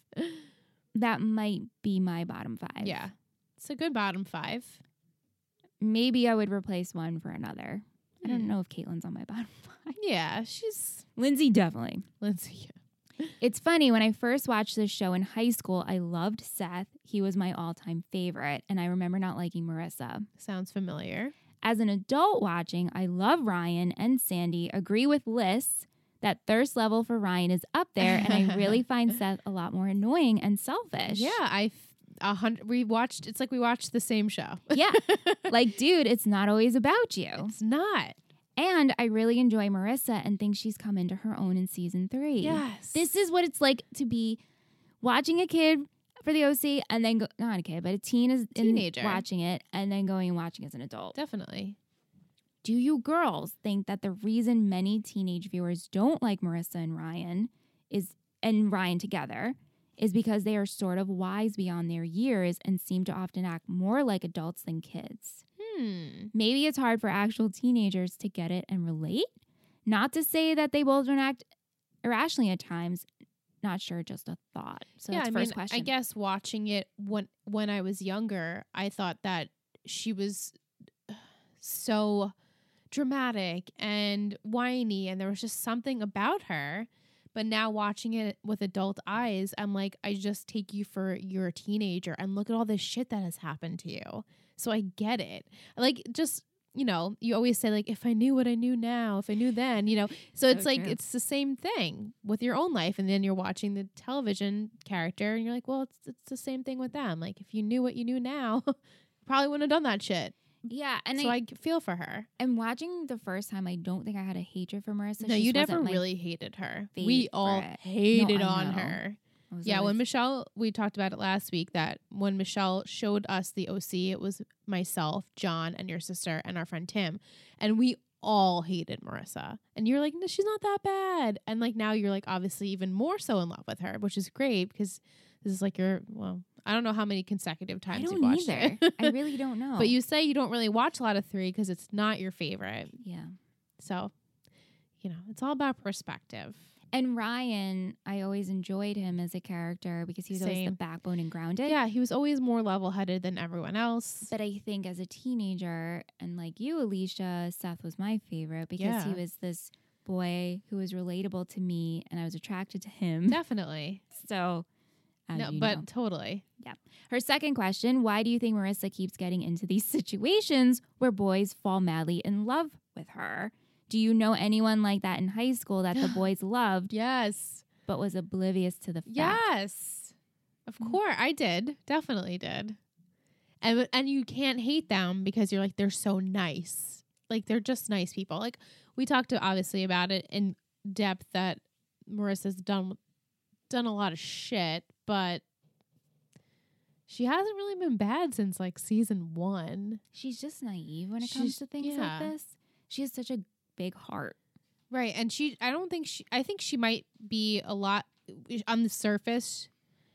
Speaker 1: That might be my bottom five.
Speaker 4: Yeah, it's a good bottom five.
Speaker 1: Maybe I would replace one for another. I don't
Speaker 4: Hmm.
Speaker 1: know if Caitlin's on my bottom [laughs] five.
Speaker 4: Yeah, she's
Speaker 1: Lindsay, definitely.
Speaker 4: [laughs] Lindsay.
Speaker 1: It's funny, when I first watched this show in high school, I loved Seth. He was my all time favorite, and I remember not liking Marissa.
Speaker 4: Sounds familiar.
Speaker 1: As an adult watching, I love Ryan and Sandy, agree with Liz that thirst level for Ryan is up there, and I
Speaker 4: [laughs]
Speaker 1: really find Seth a lot more annoying and selfish.
Speaker 4: Yeah, I f- a hundred. We watched. It's like we watched the same show. [laughs]
Speaker 1: Yeah. Like, dude, it's not always about you.
Speaker 4: It's not.
Speaker 1: And I really enjoy Marissa and think she's come into her own in season three.
Speaker 4: Yes.
Speaker 1: This is what it's like to be watching a kid for the OC and then go, not a kid, but a teen is in-
Speaker 4: Teenager.
Speaker 1: watching it and then going and watching as an adult.
Speaker 4: definitely.
Speaker 1: Do you girls think that the reason many teenage viewers don't like Marissa and Ryan is and Ryan together is because they are sort of wise beyond their years and seem to often act more like adults than kids?
Speaker 4: Hmm.
Speaker 1: Maybe it's hard for actual teenagers to get it and relate. Not to say that they will don't act irrationally at times. Not sure, just a thought. So that's
Speaker 4: I
Speaker 1: first
Speaker 4: mean,
Speaker 1: question.
Speaker 4: I guess watching it when when I was younger, I thought that she was so dramatic and whiny and there was just something about her. But now watching it with adult eyes, I'm like, I just take you for you're a teenager and look at all this shit that has happened to you. So I get it. Like just you know, you always say like, if I knew what I knew now, if I knew then, you know. So,
Speaker 1: So
Speaker 4: it's like
Speaker 1: true.
Speaker 4: it's the same thing with your own life, and then you're watching the television character, and you're like, well, it's it's the same thing with them. Like if you knew what you knew now, [laughs] you probably wouldn't have done that shit.
Speaker 1: Yeah, and
Speaker 4: so
Speaker 1: I,
Speaker 4: I g- feel for her.
Speaker 1: and watching the first time, I don't think I had a hatred for Marissa.
Speaker 4: no,
Speaker 1: She
Speaker 4: you
Speaker 1: just
Speaker 4: never
Speaker 1: wasn't my-
Speaker 4: really hated her. We all
Speaker 1: favorite. No,
Speaker 4: hated
Speaker 1: I
Speaker 4: on
Speaker 1: know.
Speaker 4: her.
Speaker 1: I was
Speaker 4: Yeah, when
Speaker 1: always-
Speaker 4: Michelle, we talked about it last week that when Michelle showed us the OC, it was myself, John, and your sister, and our friend Tim. And we all hated Marissa. And you're like, no, she's not that bad. And like now you're like obviously even more so in love with her, which is great because this is like your well, I don't know how many consecutive
Speaker 1: I
Speaker 4: times
Speaker 1: don't
Speaker 4: you watched
Speaker 1: either.
Speaker 4: it.
Speaker 1: I really [laughs] don't know.
Speaker 4: [laughs] But you say you don't really watch a lot of three because it's not your favorite.
Speaker 1: yeah.
Speaker 4: So, you know, it's all about perspective.
Speaker 1: And Ryan, I always enjoyed him as a character because he was always the
Speaker 4: Same.
Speaker 1: backbone and grounded.
Speaker 4: Yeah, he was always more level headed than everyone else.
Speaker 1: But I think as a teenager, and like you, Alicia, Seth was my favorite because he
Speaker 4: Yeah.
Speaker 1: was this boy who was relatable to me and I was attracted to him.
Speaker 4: Definitely.
Speaker 1: [laughs] So, as
Speaker 4: No,
Speaker 1: you
Speaker 4: but
Speaker 1: know.
Speaker 4: totally.
Speaker 1: her second question why do you think Marissa keeps getting into these situations where boys fall madly in love with her? Do you know anyone like that in high school [gasps] that the boys loved
Speaker 4: Yes.
Speaker 1: but was oblivious to the fact?
Speaker 4: Yes. Of
Speaker 1: Mm.
Speaker 4: course. I did. Definitely did. And and you can't hate them because you're like, they're so nice. Like they're just nice people. Like we talked to obviously about it in depth that Marissa's done done a lot of shit, but she hasn't really been bad since like season one.
Speaker 1: She's just naive when it
Speaker 4: She's-
Speaker 1: comes to things
Speaker 4: yeah.
Speaker 1: like this. She has such a big heart.
Speaker 4: Right. And she, I don't think she, I think she might be a lot on the surface.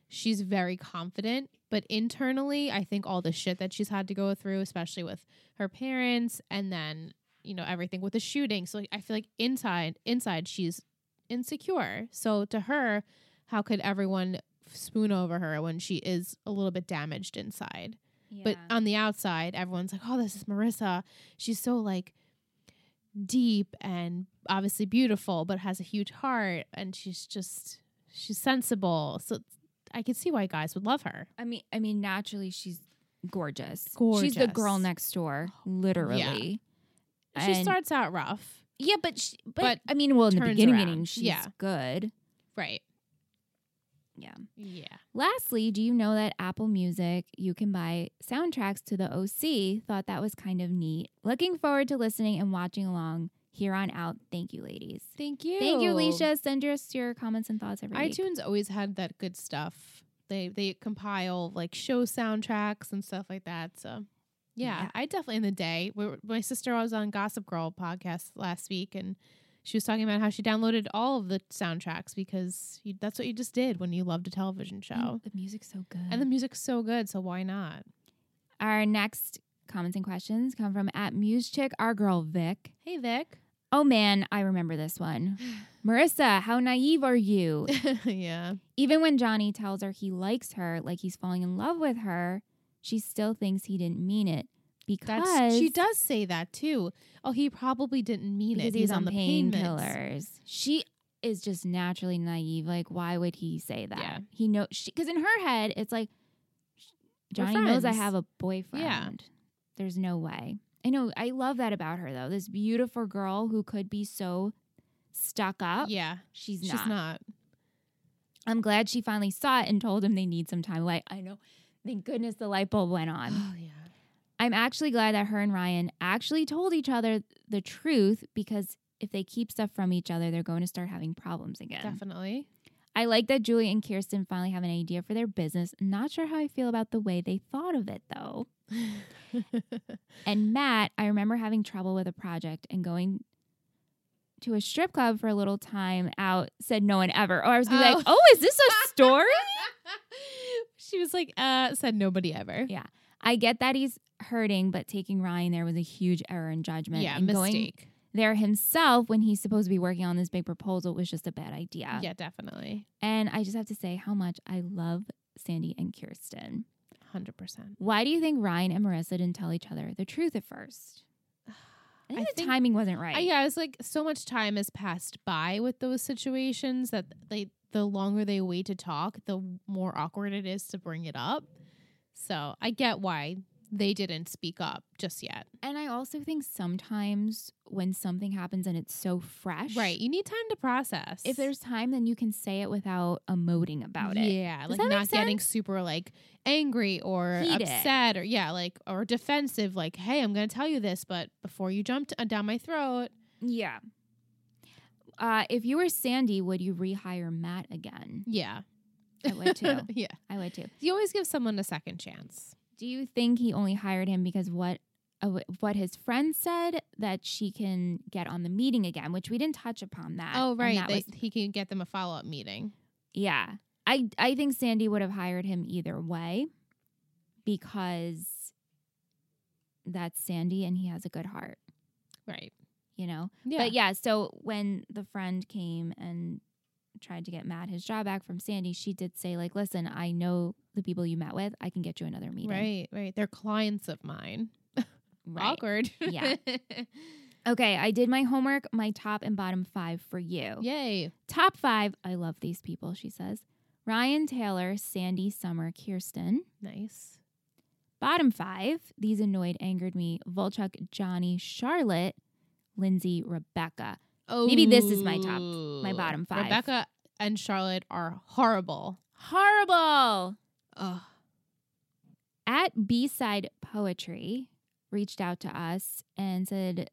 Speaker 4: She's very confident, but internally, I think all the shit that she's had to go through, especially with her parents and then, you know, everything with the shooting. So like, I feel like inside, inside, she's insecure. So to her, how could everyone spoon over her when she is a little bit damaged inside? But on the outside, everyone's like, oh, this is Marissa. She's so like deep and obviously beautiful, but has a huge heart and she's just, she's sensible. So I could see why guys would love her.
Speaker 1: I mean, I mean, naturally she's gorgeous. She's the
Speaker 4: Gorgeous. Oh,
Speaker 1: girl next door, literally.
Speaker 4: she
Speaker 1: And-
Speaker 4: starts out rough.
Speaker 1: Yeah, but she, but,
Speaker 4: but
Speaker 1: I mean, well, in the
Speaker 4: turns
Speaker 1: beginning,
Speaker 4: around.
Speaker 1: innings, she's
Speaker 4: Yeah.
Speaker 1: good.
Speaker 4: Right.
Speaker 1: Yeah.
Speaker 4: Yeah.
Speaker 1: Lastly, do you know that Apple Music, you can buy soundtracks to the OC? Thought that was kind of neat. Looking forward to listening and watching along here on out. Thank you, ladies.
Speaker 4: Thank you.
Speaker 1: Thank you, Alicia. Send us your comments and thoughts every week.
Speaker 4: iTunes always had that good stuff. They they compile like show soundtracks and stuff like that. So yeah,
Speaker 1: Yeah.
Speaker 4: I definitely in the day. We were- my sister was on Gossip Girl podcast last week, and she was talking about how she downloaded all of the soundtracks because you, that's what you just did when you loved a television show.
Speaker 1: The music's so good.
Speaker 4: And the music's so good, so why not?
Speaker 1: Our next comments and questions come from at Muse Chick, our girl Vic.
Speaker 4: Hey Vic.
Speaker 1: Oh man, I remember this [sighs] one. Marissa, how naive are [laughs] you?
Speaker 4: [laughs] yeah.
Speaker 1: Even when Johnny tells her he likes her, like he's falling in love with her, she still thinks he didn't mean it because
Speaker 4: That's she does say that too. Oh, he probably didn't mean
Speaker 1: because
Speaker 4: it.
Speaker 1: he's, on,
Speaker 4: the pain meds.
Speaker 1: painkillers. She is just naturally naive. Like, why would he say that?
Speaker 4: Yeah.
Speaker 1: He knows because in her head, it's like sh-
Speaker 4: We're
Speaker 1: Johnny knows I
Speaker 4: friends.
Speaker 1: have a boyfriend. There's no way. I know. I love that about her though. This beautiful girl who could be so stuck up.
Speaker 4: Yeah.
Speaker 1: She's
Speaker 4: She's
Speaker 1: not.
Speaker 4: Oh, not.
Speaker 1: I'm glad she finally saw it and told him they need some time away. I know. Thank goodness the light bulb went
Speaker 4: [gasps]
Speaker 1: on. [gasps]
Speaker 4: Oh yeah.
Speaker 1: I'm actually glad that her and Ryan actually told each other the truth because if they keep stuff from each other, they're going to start having problems again.
Speaker 4: Definitely.
Speaker 1: I like that Julie and Kirsten finally have an idea for their business. Not sure how I feel about the way they thought of it though. And Matt, I remember having trouble with a project and going to a strip club for a little time out, said no one ever. Or I was gonna be
Speaker 4: Oh.
Speaker 1: like, oh, is this
Speaker 4: [laughs]
Speaker 1: a story?
Speaker 4: she was like, uh, said nobody ever.
Speaker 1: Yeah. I get that he's hurting, but taking Ryan there was a huge error in judgment.
Speaker 4: Yeah,
Speaker 1: and going
Speaker 4: mistake.
Speaker 1: there himself when he's supposed to be working on this big proposal was just a bad idea.
Speaker 4: yeah, definitely.
Speaker 1: And I just have to say how much I love Sandy and Kirsten.
Speaker 4: 100%.
Speaker 1: Why do you think Ryan and Marissa didn't tell each other the truth at
Speaker 4: [sighs]
Speaker 1: first? I think
Speaker 4: I
Speaker 1: the
Speaker 4: think-
Speaker 1: timing wasn't right.
Speaker 4: I, yeah, I was like, so much time has passed by with those situations that they, the longer they wait to talk, the more awkward it is to bring it up. So I get why they didn't speak up just yet.
Speaker 1: And I also think sometimes when something happens and it's so fresh,
Speaker 4: Right. You need time to process.
Speaker 1: If there's time, then you can say it without emoting about it.
Speaker 4: Yeah,
Speaker 1: Does
Speaker 4: like
Speaker 1: that make
Speaker 4: not getting
Speaker 1: sense?
Speaker 4: super like angry or
Speaker 1: Heated.
Speaker 4: upset or yeah, like or defensive. Like, hey, I'm gonna tell you this, but before you jumped uh, down my throat,
Speaker 1: Yeah. Uh, if you were Sandy, would you rehire Matt again?
Speaker 4: yeah, [laughs]
Speaker 1: I would too.
Speaker 4: yeah.
Speaker 1: I would too.
Speaker 4: You always give someone a second chance.
Speaker 1: Do you think he only hired him because what of wh- what his friend said that she can get on the meeting again, which we didn't touch upon that.
Speaker 4: oh
Speaker 1: and
Speaker 4: right,
Speaker 1: that
Speaker 4: they,
Speaker 1: was-
Speaker 4: he can get them a follow up meeting.
Speaker 1: yeah. I I think Sandy would have hired him either way because that's Sandy and he has a good heart,
Speaker 4: Right.
Speaker 1: you know.
Speaker 4: Yeah.
Speaker 1: But yeah, so when the friend came and tried to get Matt his job back from Sandy, she did say like, "Listen, I know the people you met with. I can get you another meeting."
Speaker 4: Right. Right. They're clients of mine.
Speaker 1: Right.
Speaker 4: Awkward.
Speaker 1: Yeah. Okay, I did my homework, my top and bottom 5 for you.
Speaker 4: [laughs] Yay.
Speaker 1: Top 5, I love these people, she says. Ryan Taylor, Sandy Summer, Kirsten.
Speaker 4: Nice.
Speaker 1: Bottom 5, these annoyed angered me, Volchuk, Johnny, Charlotte, Lindsay, Rebecca.
Speaker 4: Oh,
Speaker 1: Maybe this is my top- my bottom five.
Speaker 4: Rebecca and Charlotte are horrible.
Speaker 1: Horrible.
Speaker 4: Ugh.
Speaker 1: at B Side Poetry reached out to us and said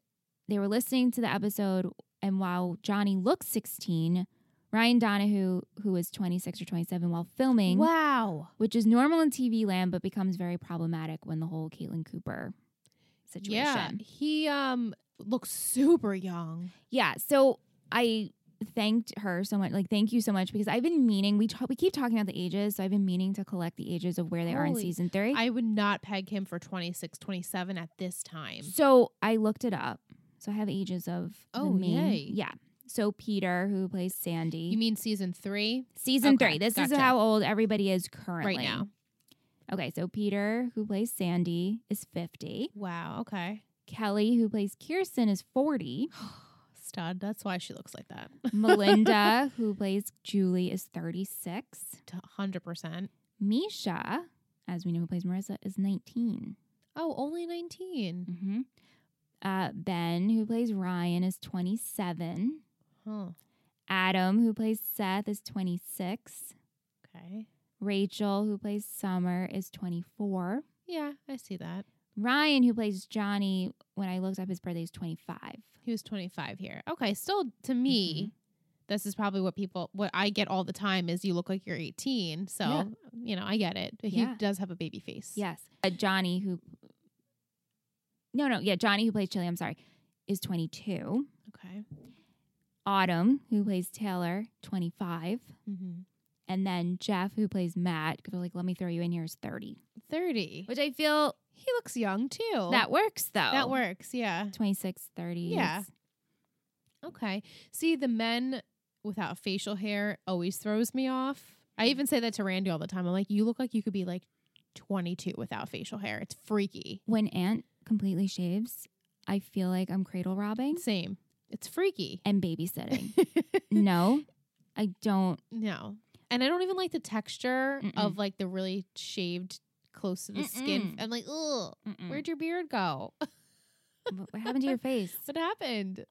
Speaker 1: they were listening to the episode. And while Johnny looks 16, Ryan Donahue, who was 26 or 27 while filming,
Speaker 4: Wow.
Speaker 1: which is normal in TV land but becomes very problematic when the whole Caitlin Cooper situation.
Speaker 4: Yeah. He um looks super young.
Speaker 1: Yeah. So I thanked her so much. Like, thank you so much because I've been meaning, we, talk, we keep talking about the ages. So I've been meaning to collect the ages of where they are in
Speaker 4: Holy-
Speaker 1: season three.
Speaker 4: I would not peg him for 26, 27 at this time.
Speaker 1: So I looked it up. So I have ages of
Speaker 4: Oh,
Speaker 1: the main.
Speaker 4: yay.
Speaker 1: Yeah. So Peter, who plays Sandy,
Speaker 4: You mean season three?
Speaker 1: season
Speaker 4: okay,
Speaker 1: three. This is
Speaker 4: gotcha.
Speaker 1: how old everybody is currently.
Speaker 4: Right now.
Speaker 1: Okay. So Peter, who plays Sandy, is fifty.
Speaker 4: Wow. Okay.
Speaker 1: Kelly, who plays Kirsten, is forty.
Speaker 4: Stud. That's why she looks like that. [laughs]
Speaker 1: Melinda, [laughs] who plays Julie, is thirty-six.
Speaker 4: T- 100%.
Speaker 1: Misha, as we know, who plays Marissa, is nineteen.
Speaker 4: Oh, only 19.
Speaker 1: Mm-hmm. Uh, ben, who plays Ryan, is twenty-seven.
Speaker 4: Huh.
Speaker 1: Adam, who plays Seth, is 26.
Speaker 4: Okay.
Speaker 1: Rachel, who plays Summer, is 24.
Speaker 4: Yeah, I see that.
Speaker 1: Ryan, who plays Johnny, when I looked up his birthday, is 25.
Speaker 4: He was 25 here. Okay. Still, to me,
Speaker 1: Mm-hmm.
Speaker 4: this is probably what people, what I get all the time is you look like you're 18. So,
Speaker 1: Yeah.
Speaker 4: you know, I get it. But
Speaker 1: Yeah.
Speaker 4: He does have a baby face.
Speaker 1: Yes. Uh, Johnny, who. No, no, yeah, Johnny, who plays Chili, I'm sorry, is 22.
Speaker 4: Okay.
Speaker 1: Autumn, who plays Taylor, 25.
Speaker 4: Mm-hmm.
Speaker 1: And then Jeff, who plays Matt, because they're like, let me throw you in here, is 30.
Speaker 4: 30.
Speaker 1: Which I feel
Speaker 4: He looks young too.
Speaker 1: that works, though.
Speaker 4: That works. Yeah.
Speaker 1: 26, 30.
Speaker 4: Yeah. Okay. See, the men without facial hair always throws me off. I even say that to Randy all the time. I'm like, you look like you could be like 22 without facial hair. It's freaky.
Speaker 1: when Aunt completely shaves, I feel like I'm cradle robbing
Speaker 4: Same. It's freaky.
Speaker 1: and
Speaker 4: [laughs]
Speaker 1: babysitting. no, I don't.
Speaker 4: no. And I don't even like the texture
Speaker 1: Mm-mm.
Speaker 4: of like the really shaved close to the skin.
Speaker 1: Mm-mm.
Speaker 4: I'm like, ugh,
Speaker 1: Where'd
Speaker 4: where'd your beard go? [laughs]
Speaker 1: you, what happened to your face?
Speaker 4: what happened?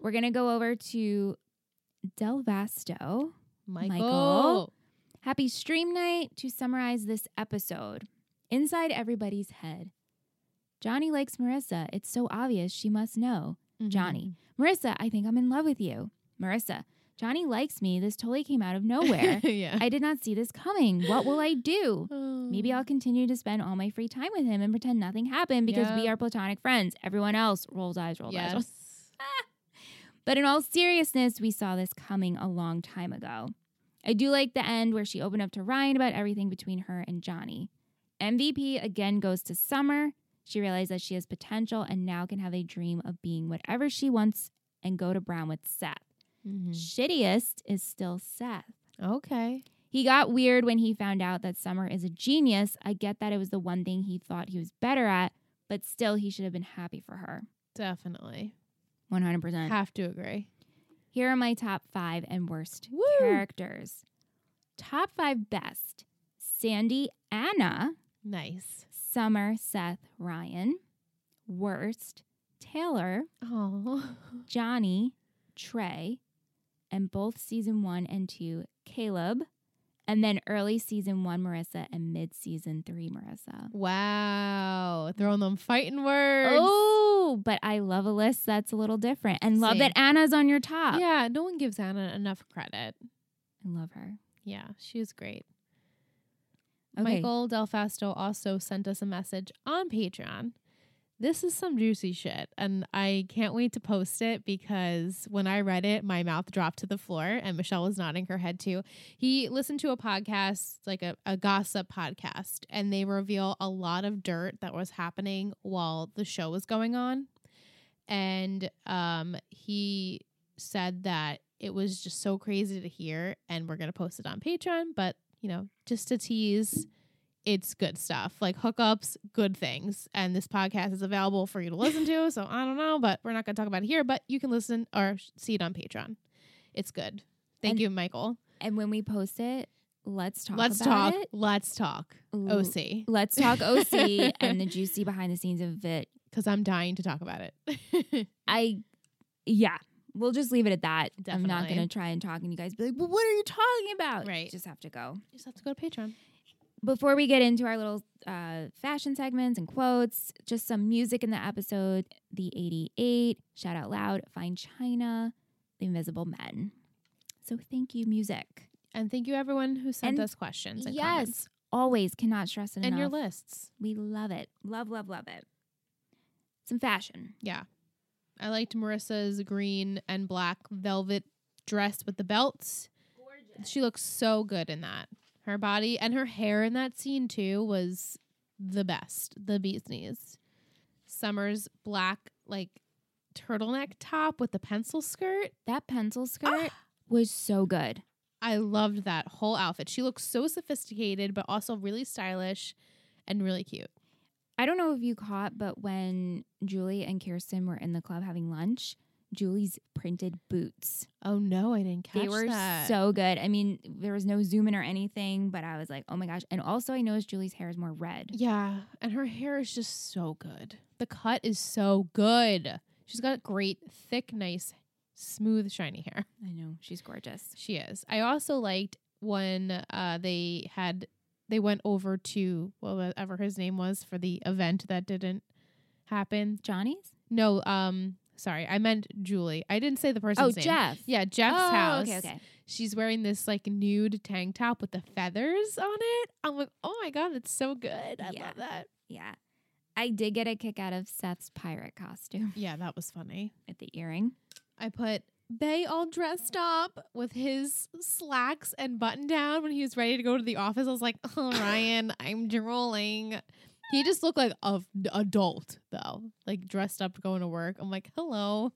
Speaker 1: We're gonna go over to Del Vasto.
Speaker 4: Michael.
Speaker 1: Happy stream night to summarize this episode. Inside everybody's head. Johnny likes Marissa. It's so obvious she must know.
Speaker 4: Mhm.
Speaker 1: Johnny. Marissa, I think I'm in love with you. Marissa. Johnny likes me. This totally came out of nowhere.
Speaker 4: [laughs] yeah.
Speaker 1: I did not see this coming. What will I do? Maybe
Speaker 4: Oh.
Speaker 1: I'll continue to spend all my free time with him and pretend nothing happened because we
Speaker 4: Yeah.
Speaker 1: are platonic friends. Everyone else rolls eyes, rolls eyes. Rolls.
Speaker 4: Yes.
Speaker 1: But in all seriousness, we saw this coming a long time ago. I do like the end where she opened up to Ryan about everything between her and Johnny. MVP again goes to Summer. She realized that she has potential and now can have a dream of being whatever she wants and go to Brown with Seth. Mm-hmm.
Speaker 4: Mhm.
Speaker 1: Shittiest is still Seth.
Speaker 4: Okay.
Speaker 1: He got weird when he found out that Summer is a genius. I get that it was the one thing he thought he was better at, but still, he should have been happy for her.
Speaker 4: Definitely.
Speaker 1: 100%.
Speaker 4: Have to agree.
Speaker 1: Here are my top five and worst
Speaker 4: Woo.
Speaker 1: characters. Top five best Sandy, Anna,
Speaker 4: Nice.
Speaker 1: Summer, Seth, Ryan. Worst Taylor,
Speaker 4: Oh.
Speaker 1: Johnny, Trey, and both season one and two, Caleb, and then early season one, Marissa, and mid season three, Marissa.
Speaker 4: Wow. Throwing them fighting words.
Speaker 1: Oh, but I love a list that's a little different and love
Speaker 4: Same.
Speaker 1: that Anna's on your top.
Speaker 4: Yeah, no one gives Anna enough credit.
Speaker 1: I love her.
Speaker 4: Yeah, she was great.
Speaker 1: Okay.
Speaker 4: Michael Delfasto also sent us a message on Patreon this is some juicy shit. And I can't wait to post it because when I read it, my mouth dropped to the floor and Michelle was nodding her head too. He listened to a podcast, like a, a gossip podcast, and they reveal a lot of dirt that was happening while the show was going on. And um, he said that it was just so crazy to hear, and we're going to post it on Patreon, but you know, just to tease it's good stuff like hookups good things and this podcast is available for you to listen to so i don't know but we're not going to talk about it here but you can listen or sh- see it on patreon it's good thank
Speaker 1: And
Speaker 4: you michael
Speaker 1: And when we post it, let's talk.
Speaker 4: let's
Speaker 1: about
Speaker 4: talk
Speaker 1: It.
Speaker 4: let's talk
Speaker 1: Ooh.
Speaker 4: oc
Speaker 1: Let's talk OC and the juicy behind the scenes of it.
Speaker 4: because i'm dying to talk about it [laughs]
Speaker 1: I, yeah, we'll just leave it at that. I'm not
Speaker 4: Definitely.
Speaker 1: gonna try and talk and you guys be like, "Well, what are you talking about?"
Speaker 4: Right.
Speaker 1: Just have to go.
Speaker 4: you just have to go to patreon
Speaker 1: Before we get into our little uh, fashion segments and quotes, just some music in the episode. The 88, Shout Out Loud, Fine China, The Invisible Men. So thank you, music.
Speaker 4: and thank you everyone who sent
Speaker 1: And-
Speaker 4: us questions and
Speaker 1: yes.
Speaker 4: comments
Speaker 1: Always cannot stress it
Speaker 4: and
Speaker 1: enough.
Speaker 4: your lists
Speaker 1: We love it. Love, love, love it. Some fashion.
Speaker 4: yeah i liked marissa's green and black velvet dress with the belts She looks so good in that. Her body and her hair in that scene too was the best. The bee's knees. Summer's black like turtleneck top with the pencil skirt.
Speaker 1: That pencil skirt was so good.
Speaker 4: I loved that whole outfit. She looks so sophisticated but also really stylish and really cute.
Speaker 1: I don't know if you caught, but when Julie and Kirsten were in the club having lunch, Julie's printed boots.
Speaker 4: Oh no, I didn't catch
Speaker 1: they were
Speaker 4: that.
Speaker 1: so good. I mean, there was no zoom in or anything, but I was like, oh my gosh. And also, I noticed Julie's hair is more red.
Speaker 4: Yeah, and her hair is just so good. The cut is so good. She's got great, thick, nice, smooth, shiny hair. [laughs]
Speaker 1: I know. She's gorgeous.
Speaker 4: She is. I also liked when uh, they had they went over to whatever his name was for the event that didn't happen.
Speaker 1: Johnny's?
Speaker 4: No, um, sorry, I meant Julie. I didn't say the person's
Speaker 1: oh,
Speaker 4: name.
Speaker 1: Jeff.
Speaker 4: Yeah, Jeff's
Speaker 1: oh,
Speaker 4: house.
Speaker 1: Okay, okay.
Speaker 4: She's wearing this like nude tank top with the feathers on it. I'm like, oh my god, it's so good. I
Speaker 1: Yeah.
Speaker 4: love that.
Speaker 1: Yeah. I did get a kick out of Seth's pirate costume [laughs]
Speaker 4: Yeah, that was funny.
Speaker 1: with the earring.
Speaker 4: I put Bay all dressed up with his slacks and button down when he was ready to go to the office. I was like,
Speaker 1: [laughs]
Speaker 4: oh, Ryan, I'm drooling. He just looked like a adult though, like dressed up going to work. I'm like, hello,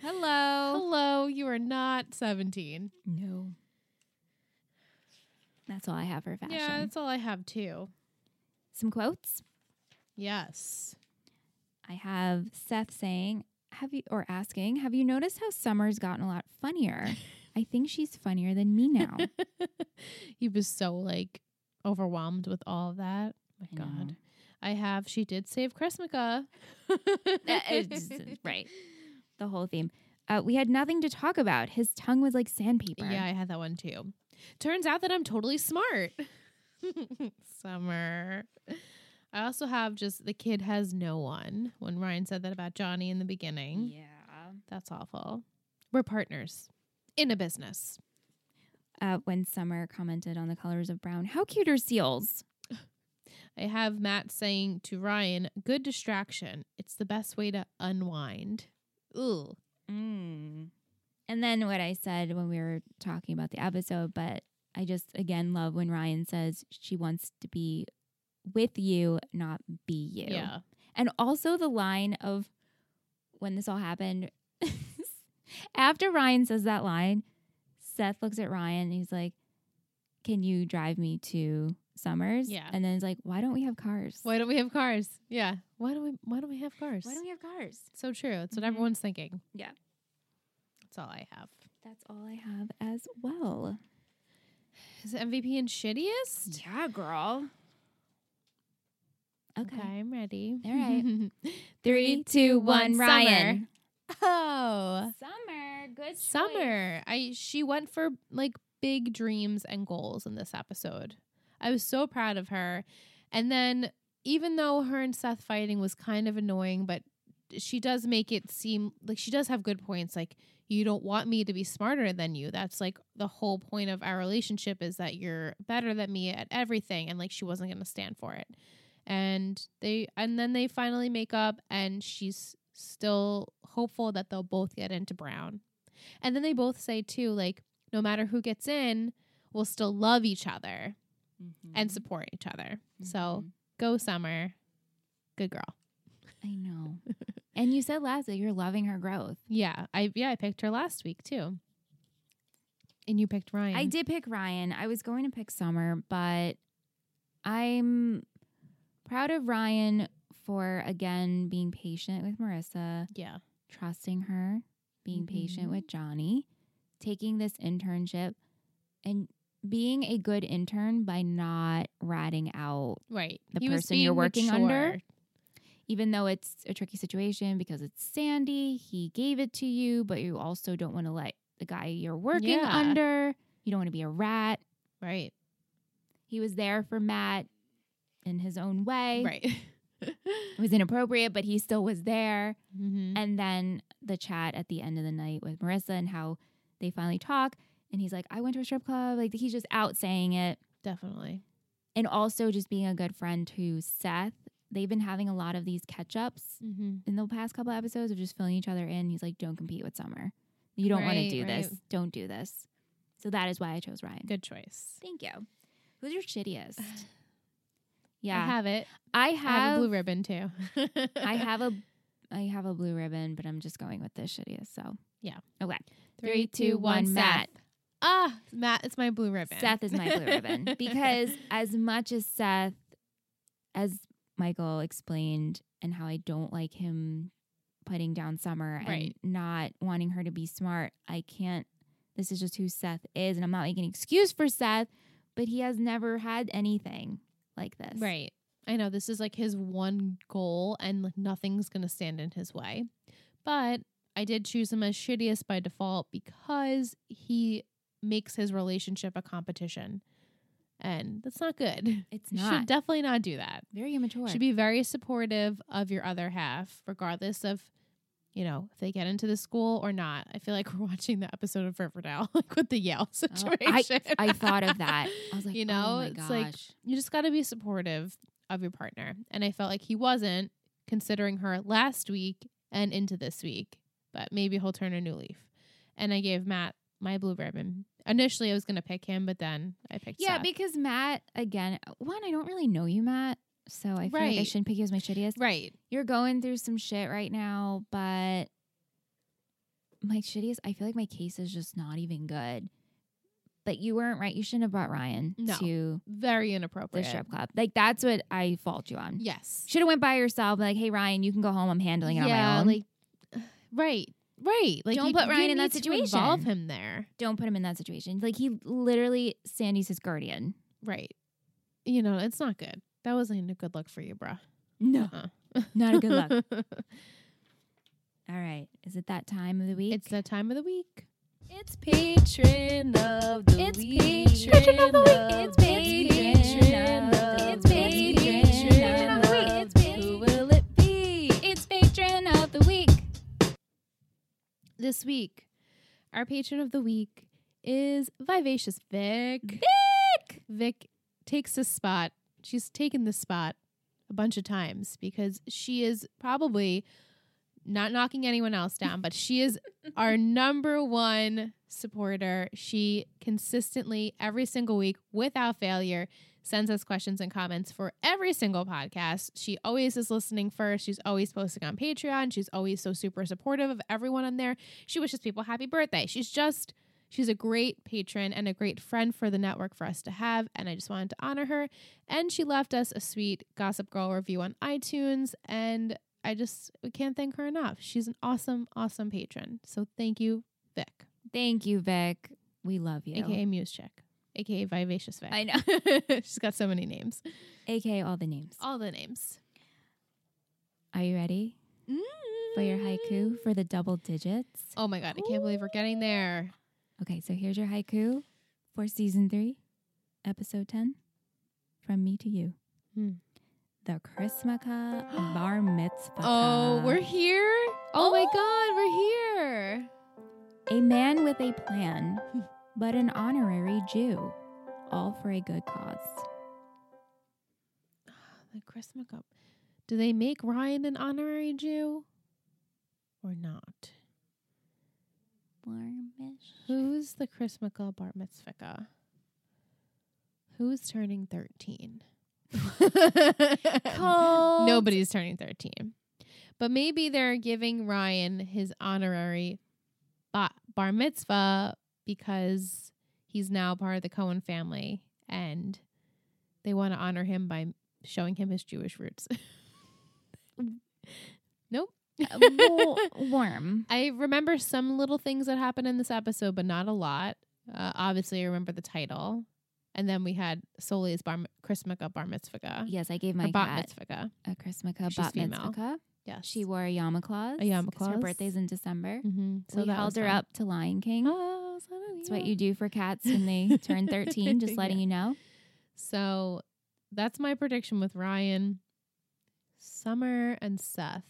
Speaker 1: Hello.
Speaker 4: hello, you are not 17.
Speaker 1: No. That's all I have for fashion.
Speaker 4: Yeah, that's all I have too.
Speaker 1: Some quotes.
Speaker 4: Yes.
Speaker 1: I have Seth saying, "Have you or asking, have you noticed how Summer's gotten a lot funnier? I think she's funnier than me now."
Speaker 4: he was so like overwhelmed with all of that. My
Speaker 1: I know.
Speaker 4: God. I have, she did save Chrismica.
Speaker 1: That
Speaker 4: [laughs]
Speaker 1: is- right. the whole theme. Uh, we had nothing to talk about. His tongue was like sandpaper.
Speaker 4: Yeah, I had that one too. Turns out that I'm totally smart. [laughs] Summer. I also have just the kid has no one. When Ryan said that about Johnny in the beginning,
Speaker 1: Yeah.
Speaker 4: that's awful. We're partners in a business.
Speaker 1: Uh, when Summer commented on the colors of brown, how cute are seals?
Speaker 4: I have Matt saying to Ryan, "Good distraction. It's the best way to unwind." Ooh,
Speaker 1: Mm. And then what I said when we were talking about the episode, but I just again love when Ryan says she wants to be with you, not be you.
Speaker 4: yeah.
Speaker 1: And also the line of when this all happened. [laughs] After Ryan says that line, Seth looks at Ryan and he's like, Can you drive me to Summers?
Speaker 4: Yeah.
Speaker 1: And then he's like, Why don't we have cars?
Speaker 4: Why don't we have cars? Yeah. Why don't we? Why don't we have cars?
Speaker 1: Why don't we have cars?
Speaker 4: so true. It's what
Speaker 1: Mhm.
Speaker 4: everyone's thinking.
Speaker 1: Yeah.
Speaker 4: That's all I have.
Speaker 1: That's all I have as well.
Speaker 4: Is it MVP and shittiest?
Speaker 1: Yeah, girl. Okay.
Speaker 4: Okay, I'm ready.
Speaker 1: All right.
Speaker 4: [laughs] Three, two, one, Ryan. oh,
Speaker 1: Summer. Good
Speaker 4: summer. I she went for like big dreams and goals in this episode. I was so proud of her. And then even though her and Seth fighting was kind of annoying, but she does make it seem like she does have good points like you don't want me to be smarter than you. That's like the whole point of our relationship is that you're better than me at everything and like she wasn't going to stand for it. and they and then they finally make up and she's still hopeful that they'll both get into brown and then they both say too like no matter who gets in we'll still love each other and
Speaker 1: Mm-hmm.
Speaker 4: support each other so go summer good girl
Speaker 1: I know. and you said last that you're loving her growth.
Speaker 4: yeah i yeah i picked her last week too and you picked ryan
Speaker 1: I did pick Ryan. I was going to pick Summer, but I'm proud of Ryan for again being patient with Marissa,
Speaker 4: yeah
Speaker 1: trusting her, being patient with Johnny, taking this internship and being a good intern by not ratting out
Speaker 4: right
Speaker 1: The
Speaker 4: He was
Speaker 1: person you're
Speaker 4: being
Speaker 1: working
Speaker 4: mature.
Speaker 1: under? even though it's a tricky situation because it's Sandy, he gave it to you, but you also don't want to let the guy you're working
Speaker 4: Yeah.
Speaker 1: under, you don't want to be a rat.
Speaker 4: right
Speaker 1: He was there for Matt in his own way.
Speaker 4: right [laughs]
Speaker 1: It was inappropriate, but he still was there.
Speaker 4: mm-hmm.
Speaker 1: And then the chat at the end of the night with Marissa and how they finally talk. And he's like, I went to a strip club. Like he's just out saying it.
Speaker 4: [laughs] definitely
Speaker 1: And also just being a good friend to Seth. They've been having a lot of these catch ups
Speaker 4: mm-hmm.
Speaker 1: in the past couple episodes of just filling each other in. He's like, don't compete with Summer. You don't want to
Speaker 4: Right,
Speaker 1: do this.
Speaker 4: right.
Speaker 1: Don't do this. So that is why I chose Ryan.
Speaker 4: good choice
Speaker 1: Thank you. Who's your shittiest?
Speaker 4: [sighs]
Speaker 1: Yeah,
Speaker 4: i have it
Speaker 1: I
Speaker 4: I have a
Speaker 1: have.
Speaker 4: blue ribbon too.
Speaker 1: [laughs] I
Speaker 4: [laughs]
Speaker 1: have a. I have a blue ribbon, but I'm just going with this shittiest. So
Speaker 4: Yeah.
Speaker 1: okay. Three, two, one, Matt.
Speaker 4: Ah, Matt, it's my blue ribbon.
Speaker 1: Seth is my blue
Speaker 4: [laughs]
Speaker 1: ribbon because as much as Seth, as Michael explained, and how I don't like him putting down Summer and
Speaker 4: Right.
Speaker 1: not wanting her to be smart, I can't. This is just who Seth is, and I'm not making an excuse for Seth, but he has never had anything like this.
Speaker 4: right. I know this is like his one goal, and like nothing's gonna stand in his way. But I did choose him as shittiest by default because he makes his relationship a competition, and that's not good. [laughs]
Speaker 1: It's
Speaker 4: You
Speaker 1: not.
Speaker 4: should definitely not do that.
Speaker 1: Very immature.
Speaker 4: should be very supportive of your other half, regardless of, you know, if they get into the school or not. I feel like [laughs] we're watching the episode of Riverdale, [laughs] like with the Yale
Speaker 1: Oh,
Speaker 4: situation.
Speaker 1: I- I, thought
Speaker 4: [laughs]
Speaker 1: of that. I [laughs] was like,
Speaker 4: you know,
Speaker 1: oh my
Speaker 4: it's
Speaker 1: gosh.
Speaker 4: like you just got to be supportive of your partner. And I felt like he wasn't considering her last week and into this week, but maybe he'll turn a new leaf. And I gave Matt my blue ribbon. Initially, I was going to pick him, but then I picked
Speaker 1: yeah,
Speaker 4: Seth.
Speaker 1: because Matt again. One, I don't really know you, Matt. So I feel like I
Speaker 4: Right.
Speaker 1: shouldn't pick you as my shittiest.
Speaker 4: right.
Speaker 1: You're going through some shit right now, but my shittiest, I feel like my case is just not even good. But you weren't right. You shouldn't have brought Ryan
Speaker 4: No.
Speaker 1: to
Speaker 4: Very
Speaker 1: the
Speaker 4: inappropriate.
Speaker 1: strip club. Like that's what I fault you on.
Speaker 4: Yes.
Speaker 1: Should have went by yourself. Like, hey Ryan, you can go home. I'm handling it
Speaker 4: yeah,
Speaker 1: on my own.
Speaker 4: like [sighs] right, right. Like
Speaker 1: Don't
Speaker 4: you,
Speaker 1: put Ryan
Speaker 4: you
Speaker 1: in that
Speaker 4: need to
Speaker 1: situation.
Speaker 4: Involve him there,
Speaker 1: Don't put him in that situation. Like he literally Sandy's his guardian.
Speaker 4: right? You know, it's not good. That wasn't a good look for you, bruh.
Speaker 1: No,
Speaker 4: Uh-uh.
Speaker 1: not a good look. All right, is it that time of the week?
Speaker 4: [laughs] it's the time of the week.
Speaker 9: It's patron of the
Speaker 1: It's
Speaker 9: week.
Speaker 1: patron of the week. It's patron
Speaker 9: patron
Speaker 1: of the
Speaker 9: of
Speaker 1: week.
Speaker 9: the week.
Speaker 1: It's patron of the week. It's patron of
Speaker 9: Who
Speaker 1: the week.
Speaker 9: will it be?
Speaker 1: It's patron of the week.
Speaker 4: This week, our patron of the week is Vivacious Vic. Vic. Vic takes the spot. She's taken the spot a bunch of times because she is probably not knocking anyone else down, but she is our number one supporter. She consistently, every single week, without failure, sends us questions and comments for every single podcast. She always is listening first. She's always posting on Patreon. She's always so super supportive of everyone on there. She wishes people happy birthday. She's just. She's a great patron and a great friend for the network for us to have, and I just wanted to honor her. And she left us a sweet Gossip Girl review on iTunes, and I just we can't thank her enough. She's an awesome, awesome patron. So thank you, Vic,
Speaker 1: Thank you, Vic. We love you.
Speaker 4: aka Muse Chick, aka Vivacious Vic.
Speaker 1: I know.
Speaker 4: [laughs] She's got so many names,
Speaker 1: AKA all the names.
Speaker 4: all the names.
Speaker 1: Are you ready for your haiku for the double digits?
Speaker 4: Oh my god, I can't believe we're getting there.
Speaker 1: Okay, so here's your haiku for season three, episode 10 From Me to You.
Speaker 4: Hmm.
Speaker 1: The Chrismaka Bar Mitzvah.
Speaker 4: Oh, we're here. Oh, my god, we're here.
Speaker 1: A man with a plan, but an honorary Jew, all for a good cause.
Speaker 4: the Chris McCup. Do they make Ryan an honorary Jew or not?
Speaker 1: Warmish.
Speaker 4: Who's the Chris McCall Bar Mitzvah? Who's turning 13?
Speaker 1: Cold.
Speaker 4: Nobody's turning 13. But maybe they're giving Ryan his honorary ba- bar mitzvah because he's now part of the Cohen family and they want to honor him by showing him his Jewish roots. [laughs] nope.
Speaker 1: Uh, wa-
Speaker 4: [laughs]
Speaker 1: warm.
Speaker 4: I remember some little things that happened in this episode, but not a lot. Uh, obviously, I remember the title. And then we had Soli's bar, Chris Mika bar mitzvah.
Speaker 1: Yes, I gave
Speaker 4: Or
Speaker 1: my
Speaker 4: bat
Speaker 1: cat
Speaker 4: mitzvah.
Speaker 1: a Chris Mika
Speaker 4: She's
Speaker 1: bat
Speaker 4: female.
Speaker 1: mitzvah.
Speaker 4: Yes.
Speaker 1: She wore a yarmulclaws.
Speaker 4: A yarmulclaws.
Speaker 1: Her birthday's in December.
Speaker 4: Mm-hmm.
Speaker 1: So we held her up to Lion King.
Speaker 4: Oh, so
Speaker 1: It's what you do for cats when
Speaker 4: [laughs]
Speaker 1: they turn 13, just letting
Speaker 4: Yeah.
Speaker 1: you know.
Speaker 4: So that's my prediction with Ryan, Summer, and Seth.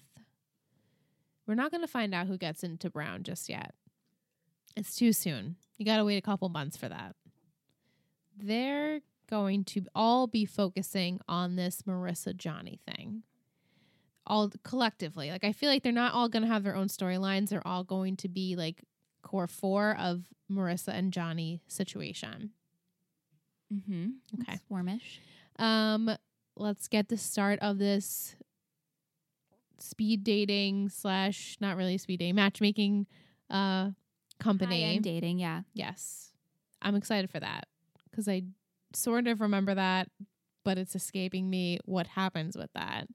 Speaker 4: We're not going to find out who gets into Brown just yet. It's too soon. You got to wait a couple months for that. They're going to all be focusing on this Marissa Johnny thing. All collectively. Like I feel like they're not all going to have their own storylines. They're all going to be like core 4 of Marissa and Johnny situation.
Speaker 1: Mm-hmm.
Speaker 4: Okay.
Speaker 1: It's warmish.
Speaker 4: Um, let's get the start of this speed dating slash not really speed dating matchmaking uh company.
Speaker 1: High-end dating, yeah.
Speaker 4: yes, I'm excited for that because I sort of remember that, but it's escaping me what happens with that.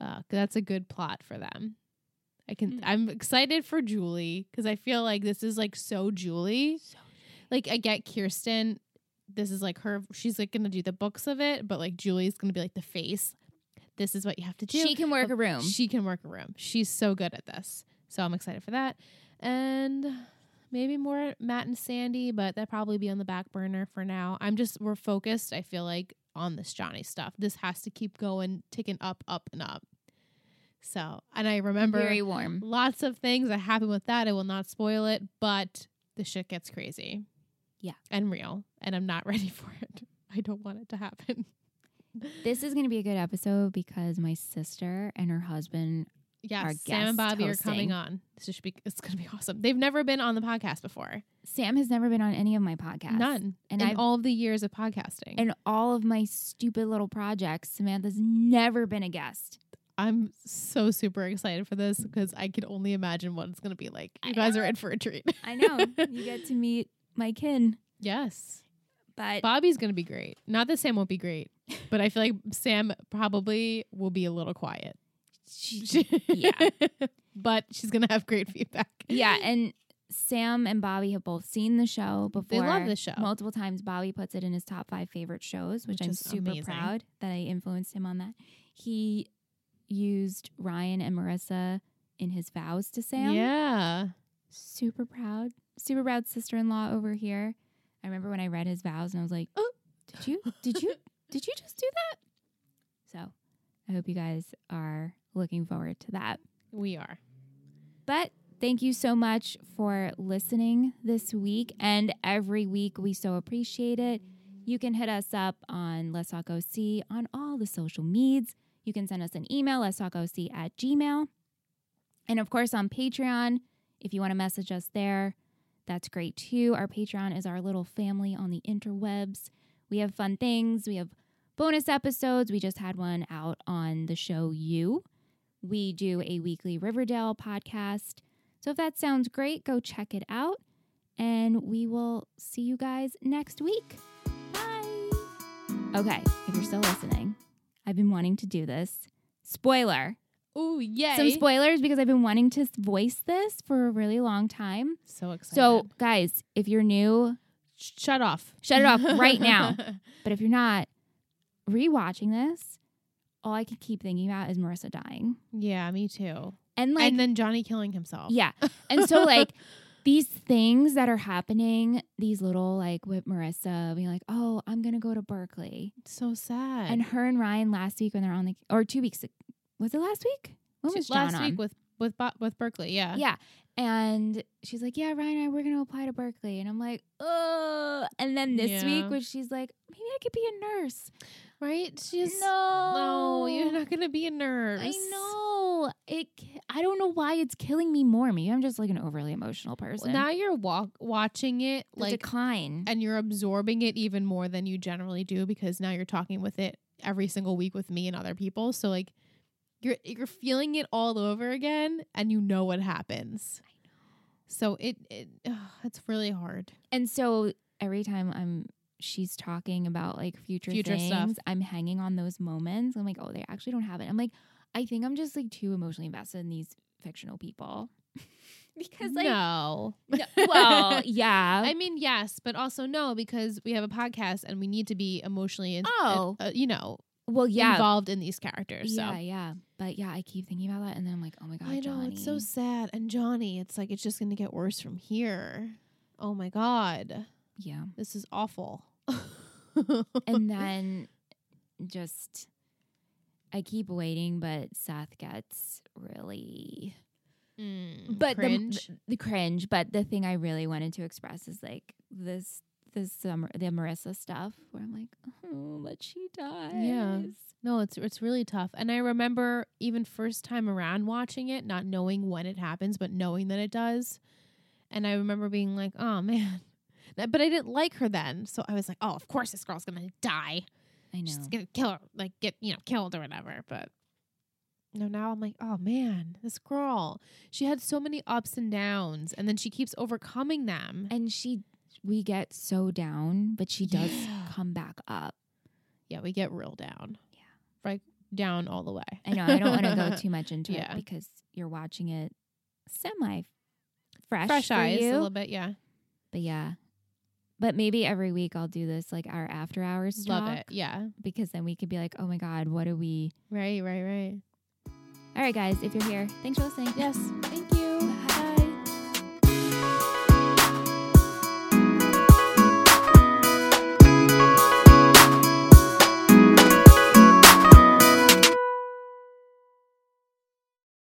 Speaker 4: Uh, 'cause that's a good plot for them. I can. I'm excited for Julie because I feel like this is like so Julie. Like I get Kirsten. This is like her. She's like gonna do the books of it, but like Julie's gonna be like the face. This is what you have to do.
Speaker 1: She can work a room.
Speaker 4: She can work a room. She's so good at this. So I'm excited for that. And maybe more Matt and Sandy, but that'll probably be on the back burner for now. I'm just, we're focused, I feel like, on this Johnny stuff. This has to keep going, ticking up, up, and up. So, and I remember
Speaker 1: Very warm.
Speaker 4: lots of things that happened with that. I will not spoil it, but the shit gets crazy.
Speaker 1: Yeah.
Speaker 4: And real. And I'm not [laughs] ready for it. I don't want it to happen.
Speaker 1: This is going to be a good episode because my sister and her husband,
Speaker 4: Yes,
Speaker 1: our
Speaker 4: Sam
Speaker 1: guest
Speaker 4: and Bobby are
Speaker 1: hosting.
Speaker 4: coming on. This should be it's gonna be awesome. They've never been on the podcast before.
Speaker 1: Sam has never been on any of my podcasts.
Speaker 4: None.
Speaker 1: And
Speaker 4: in
Speaker 1: I've-
Speaker 4: all of the years of podcasting.
Speaker 1: And all of my stupid little projects, Samantha's never been a guest.
Speaker 4: I'm so super excited for this because I can only imagine what it's gonna be like. You guys are in for a treat. [laughs]
Speaker 1: I know. [laughs] you get to meet my kin,
Speaker 4: yes.
Speaker 1: but
Speaker 4: Bobby's gonna be great. Not that Sam won't be great, but I feel like Sam probably will be a little quiet.
Speaker 1: [laughs] yeah.
Speaker 4: [laughs] but she's gonna have great feedback.
Speaker 1: [laughs] [laughs] yeah, and Sam and Bobby have both seen the show before.
Speaker 4: They love the show.
Speaker 1: multiple times. Bobby puts it in his top five favorite shows, which,
Speaker 4: Which
Speaker 1: I'm
Speaker 4: is
Speaker 1: super
Speaker 4: amazing.
Speaker 1: proud that I influenced him on that. He used Ryan and Marissa in his vows to Sam.
Speaker 4: Yeah.
Speaker 1: super proud, super proud sister-in-law over here. I remember when I read his vows and I was like, "Oh, did you? Did you? did you just do that?" So, I hope you guys are looking forward to that.
Speaker 4: We are.
Speaker 1: But thank you so much for listening this week and every week. We so appreciate it. You can hit us up on Let's Talk OC on all the social medias. You can send us an email, let's talk OC at gmail. And of course, on Patreon, if you want to message us there, that's great too. Our Patreon is our little family on the interwebs. We have fun things, we have bonus episodes. We just had one out on the show You. We do a weekly Riverdale podcast. So if that sounds great, go check it out. And we will see you guys next week. Bye. Okay, if you're still listening, I've been wanting to do this. Spoiler.
Speaker 4: Ooh, yay.
Speaker 1: Some spoilers because I've been wanting to voice this for a really long time.
Speaker 4: so excited.
Speaker 1: So, guys, if you're new,
Speaker 4: Sh- shut off.
Speaker 1: Shut [laughs] it off right now. but if you're not rewatching this, all I can keep thinking about is Marissa dying.
Speaker 4: [laughs] yeah, me too.
Speaker 1: And like
Speaker 4: and then Johnny killing himself.
Speaker 1: Yeah. And so
Speaker 4: [laughs]
Speaker 1: like these things that are happening, these little like with Marissa being like, "Oh, I'm going to go to Berkeley."
Speaker 4: It's so sad.
Speaker 1: And her and Ryan last week when they're on the or 2 weeks was it last week? When
Speaker 4: Two-
Speaker 1: was John
Speaker 4: last
Speaker 1: on?
Speaker 4: week with with Bo- with Berkeley. Yeah.
Speaker 1: Yeah. And she's like, Yeah, Ryan and I, we're going to apply to Berkeley. And I'm like, Oh. And then this
Speaker 4: Yeah.
Speaker 1: week, when she's like, Maybe I could be a nurse.
Speaker 4: right? She's
Speaker 1: No.
Speaker 4: no, you're not gonna be a nurse.
Speaker 1: I know it. ki- I don't know why it's killing me more. Maybe I'm just like an overly emotional person.
Speaker 4: Now you're walk watching it
Speaker 1: The
Speaker 4: like
Speaker 1: decline.
Speaker 4: and you're absorbing it even more than you generally do because now you're talking with it every single week with me and other people. So like you're you're feeling it all over again and you know what happens. I know. So it it ugh, it's really hard.
Speaker 1: And so every time I'm she's talking about like future,
Speaker 4: Future
Speaker 1: things,
Speaker 4: stuff.
Speaker 1: I'm hanging on those moments. I'm like, oh, they actually don't have it. I'm like, I think I'm just like too emotionally invested in these fictional people. [laughs] because like
Speaker 4: no.
Speaker 1: no- [laughs] well, yeah.
Speaker 4: [laughs] I mean, yes, but also no, because we have a podcast and we need to be emotionally, in-
Speaker 1: Oh.
Speaker 4: uh, you know,
Speaker 1: well, yeah.
Speaker 4: involved in these characters. So
Speaker 1: Yeah, yeah. But yeah, I keep thinking about that and then I'm like, oh my god,
Speaker 4: I know it's so
Speaker 1: Johnny.
Speaker 4: sad. And Johnny, it's like it's just going to get worse from here. Oh my god,
Speaker 1: Yeah.
Speaker 4: [laughs] this is awful.
Speaker 1: And then just I keep waiting, but Seth gets really
Speaker 4: Mm,
Speaker 1: but
Speaker 4: cringe.
Speaker 1: The, the, the cringe but the thing i really wanted to express is like this this summer the marissa stuff where i'm like oh but she dies
Speaker 4: no, it's it's really tough. And I remember even first time around watching it, not knowing when it happens, but knowing that it does. And I remember being like, "Oh [laughs] man." That- But I didn't like her then, so I was like, "Oh, of course this girl's gonna die.
Speaker 1: i know
Speaker 4: She's gonna kill her, like get you know killed or whatever." But no, now I'm like, "Oh man, this girl. She had so many ups and downs, and then she keeps overcoming them."
Speaker 1: and she we get so down but she does
Speaker 4: Yeah.
Speaker 1: come back
Speaker 4: [laughs]
Speaker 1: up
Speaker 4: yeah, we get real down.
Speaker 1: Yeah.
Speaker 4: right, down all the way.
Speaker 1: i know i don't want to go too much into
Speaker 4: Yeah.
Speaker 1: it because you're watching it semi fresh
Speaker 4: fresh
Speaker 1: for
Speaker 4: eyes
Speaker 1: you.
Speaker 4: a little bit. Yeah,
Speaker 1: but yeah but maybe every week i'll do this like our after hours
Speaker 4: love
Speaker 1: talk,
Speaker 4: it. Yeah.
Speaker 1: because then we could be like oh my god what do we
Speaker 4: Right, right, right.
Speaker 1: All right, guys, if you're here, thanks for listening.
Speaker 4: Yes. Thank you.